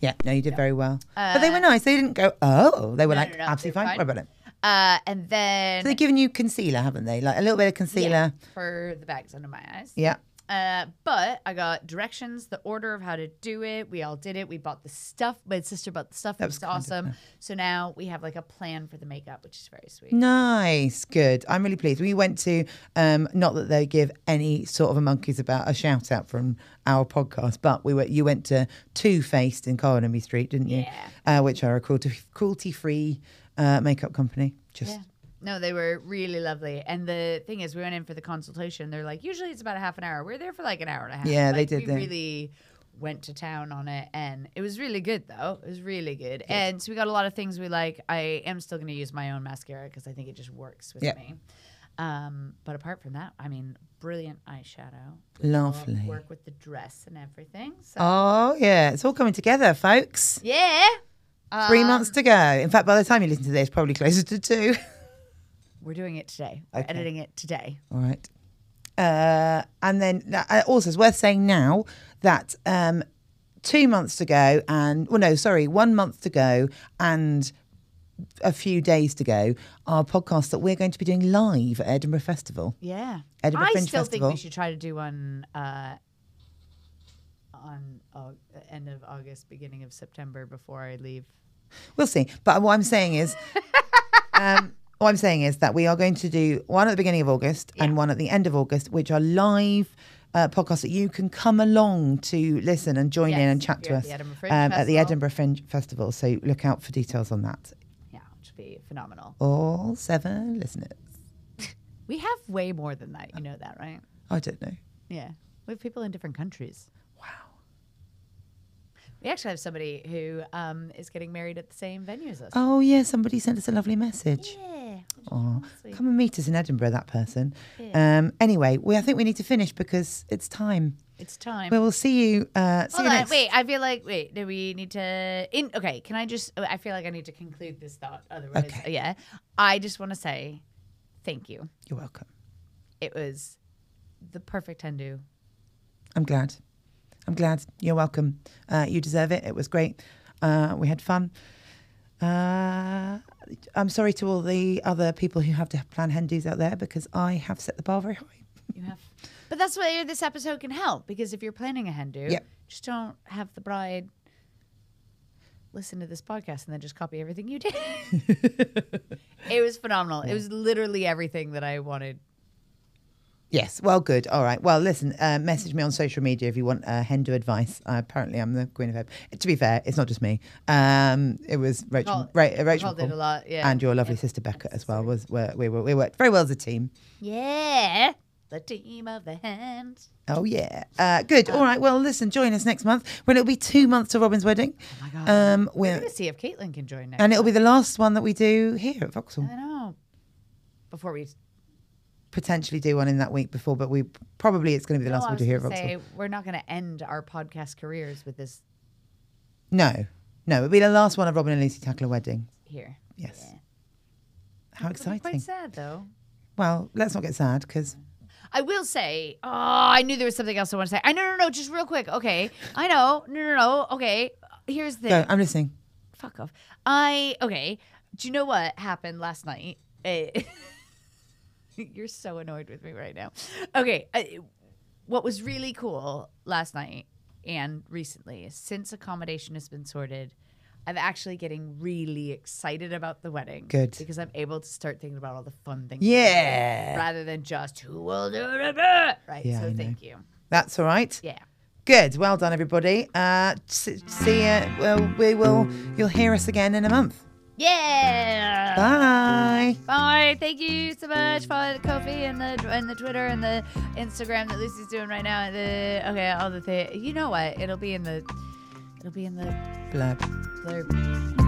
Yeah, no, you did very well. but they were nice. They didn't go, oh, they were
Uh, No,
like,
no, no,
absolutely
they were
fine. What about
fine.
it?
Uh, and then
So they've given you concealer, haven't they? Like a little bit of
yeah,
concealer.
for the bags under my eyes.
Yeah.
Uh, but I got directions, the order of how to do it. We all did it. We bought the stuff. My sister bought the stuff. That
was
was
kind of
awesome. So now we have like a plan for the makeup, which is very sweet.
Nice, good. I'm really pleased. We went to, um, not that they give any sort of a monkeys about a shout out from our podcast, but we were you went to Two Faced in Coronary Street, didn't you? Uh, which are a cruelty cruelty free uh, makeup company. Just
Yeah. No, they were really lovely. And the thing is, we went in for the consultation. They're like, usually it's about a half an hour. We are there for like an hour and a half.
Yeah, they
Like,
did
We
that.
really went to town on it, and it was really good though. It was really good. And so we got a lot of things we like. I am still going to use my own mascara because I think it just works with
Yeah.
me. Um, but apart from that, I mean, brilliant eyeshadow.
lovely.
Work with the dress and everything. So
Oh yeah, it's all coming together, folks.
yeah,
Three months to go. In fact, by the time you listen to this, probably closer to two.
we're doing it today. We're editing it today.
All right. Uh, and then uh, also, it's worth saying now that um, two months to go, and well, no, sorry, one month to go, and a few days to go, our podcast that we're going to be doing live at Edinburgh Festival.
Yeah.
Edinburgh
I
Fringe
still think
Festival.
we should try to do one uh, on Au- the end of August, beginning of September before I leave.
We'll see. But what I'm saying
[laughs]
is, um, what I'm saying is that we are going to do one at the beginning of August and one at the end of August, which are live. Uh, podcasts that you can come along to listen and join in
Yes,
and chat to
here at
us um,
the Edinburgh Fringe
at the
Festival.
Edinburgh Fringe Festival. So look out for details on that.
Yeah, which would be phenomenal.
All seven listeners.
We have way more than that. You know that, right?
I don't know.
Yeah. We have people in different countries.
Wow.
We actually have somebody who um, is getting married at the same venue as us.
Oh yeah, somebody sent us a lovely message.
Yeah.
Oh,
sweet.
come and meet us in Edinburgh. That person. Um, anyway, we I think we need to finish because it's time.
It's time.
We will see you. Uh, see
Hold
you
on,
next.
wait. I feel like wait. Do we need to? In okay. Can I just? I feel like I need to conclude this thought. Otherwise,
Okay.
yeah. I just want to say, thank you.
You're welcome.
It was the perfect undo.
I'm glad. I'm glad. You're welcome. Uh, you deserve it. It was great. Uh, we had fun. Uh, I'm sorry to all the other people who have to plan Hindus out there because I have set the bar very high.
You have, but that's where this episode can help because if you're planning a Hindu,
Yep.
just don't have the bride listen to this podcast and then just copy everything
[laughs]
you did. it was phenomenal. It was literally everything that I wanted.
Yes. Well, good. All right. Well, listen, uh, message me on social media if you want uh, Hindu advice. Uh, apparently, I'm the queen of heaven. To be fair, it's not just me. Um, it was Rachel,
Col-
Ra- uh, Rachel
Col did a
McCall
lot, yeah.
and your lovely sister Becca as well. Was were, we were we worked very well as a team.
Yeah, the team of the hand.
Oh yeah, uh, good. All right. Well, listen. Join us next month when it'll be two months to Robin's wedding. Oh my god. Um,
We're
we're,
gonna see if Caitlin can join next.
and it'll be the last one that we do here at Vauxhall.
I know. Before we,
Potentially do one in that week before, but we probably it's going to be the last
Oh, I
one we
was
do here at
gonna
Vauxhall.
say we're not gonna end our podcast careers with this
No, no, it'll be the last one of Robin and Lucy Tackler wedding.
here.
Yes. How
It'll be Quite
exciting!
sad though.
Well, let's not get sad because
I will say, oh, I knew there was something else I want to say. I no, no, no, just real quick. Okay, I know. No, no, no. Okay, here's the
no, I'm listening.
fuck off. I okay. Do you know what happened last night? Eh, [laughs] You're so annoyed with me right now. Okay, I, what was really cool last night and recently, is since accommodation has been sorted, I'm actually getting really excited about the wedding.
Good.
because I'm able to start thinking about all the fun things. we
Yeah.
do, rather than just who will do it. best." Right.
Yeah,
so
I know.
thank you.
That's all right.
Yeah.
Good. Well done, everybody. Uh, s- see you. Well, we will. You'll hear us again in a month.
Yeah.
Bye.
Bye. Thank you so much. Follow the Kofi and the and the Twitter and the Instagram that Lucy's doing right now. and The okay, all the thing. You know what? It'll be in the. It'll be in the
Blab.
blurb.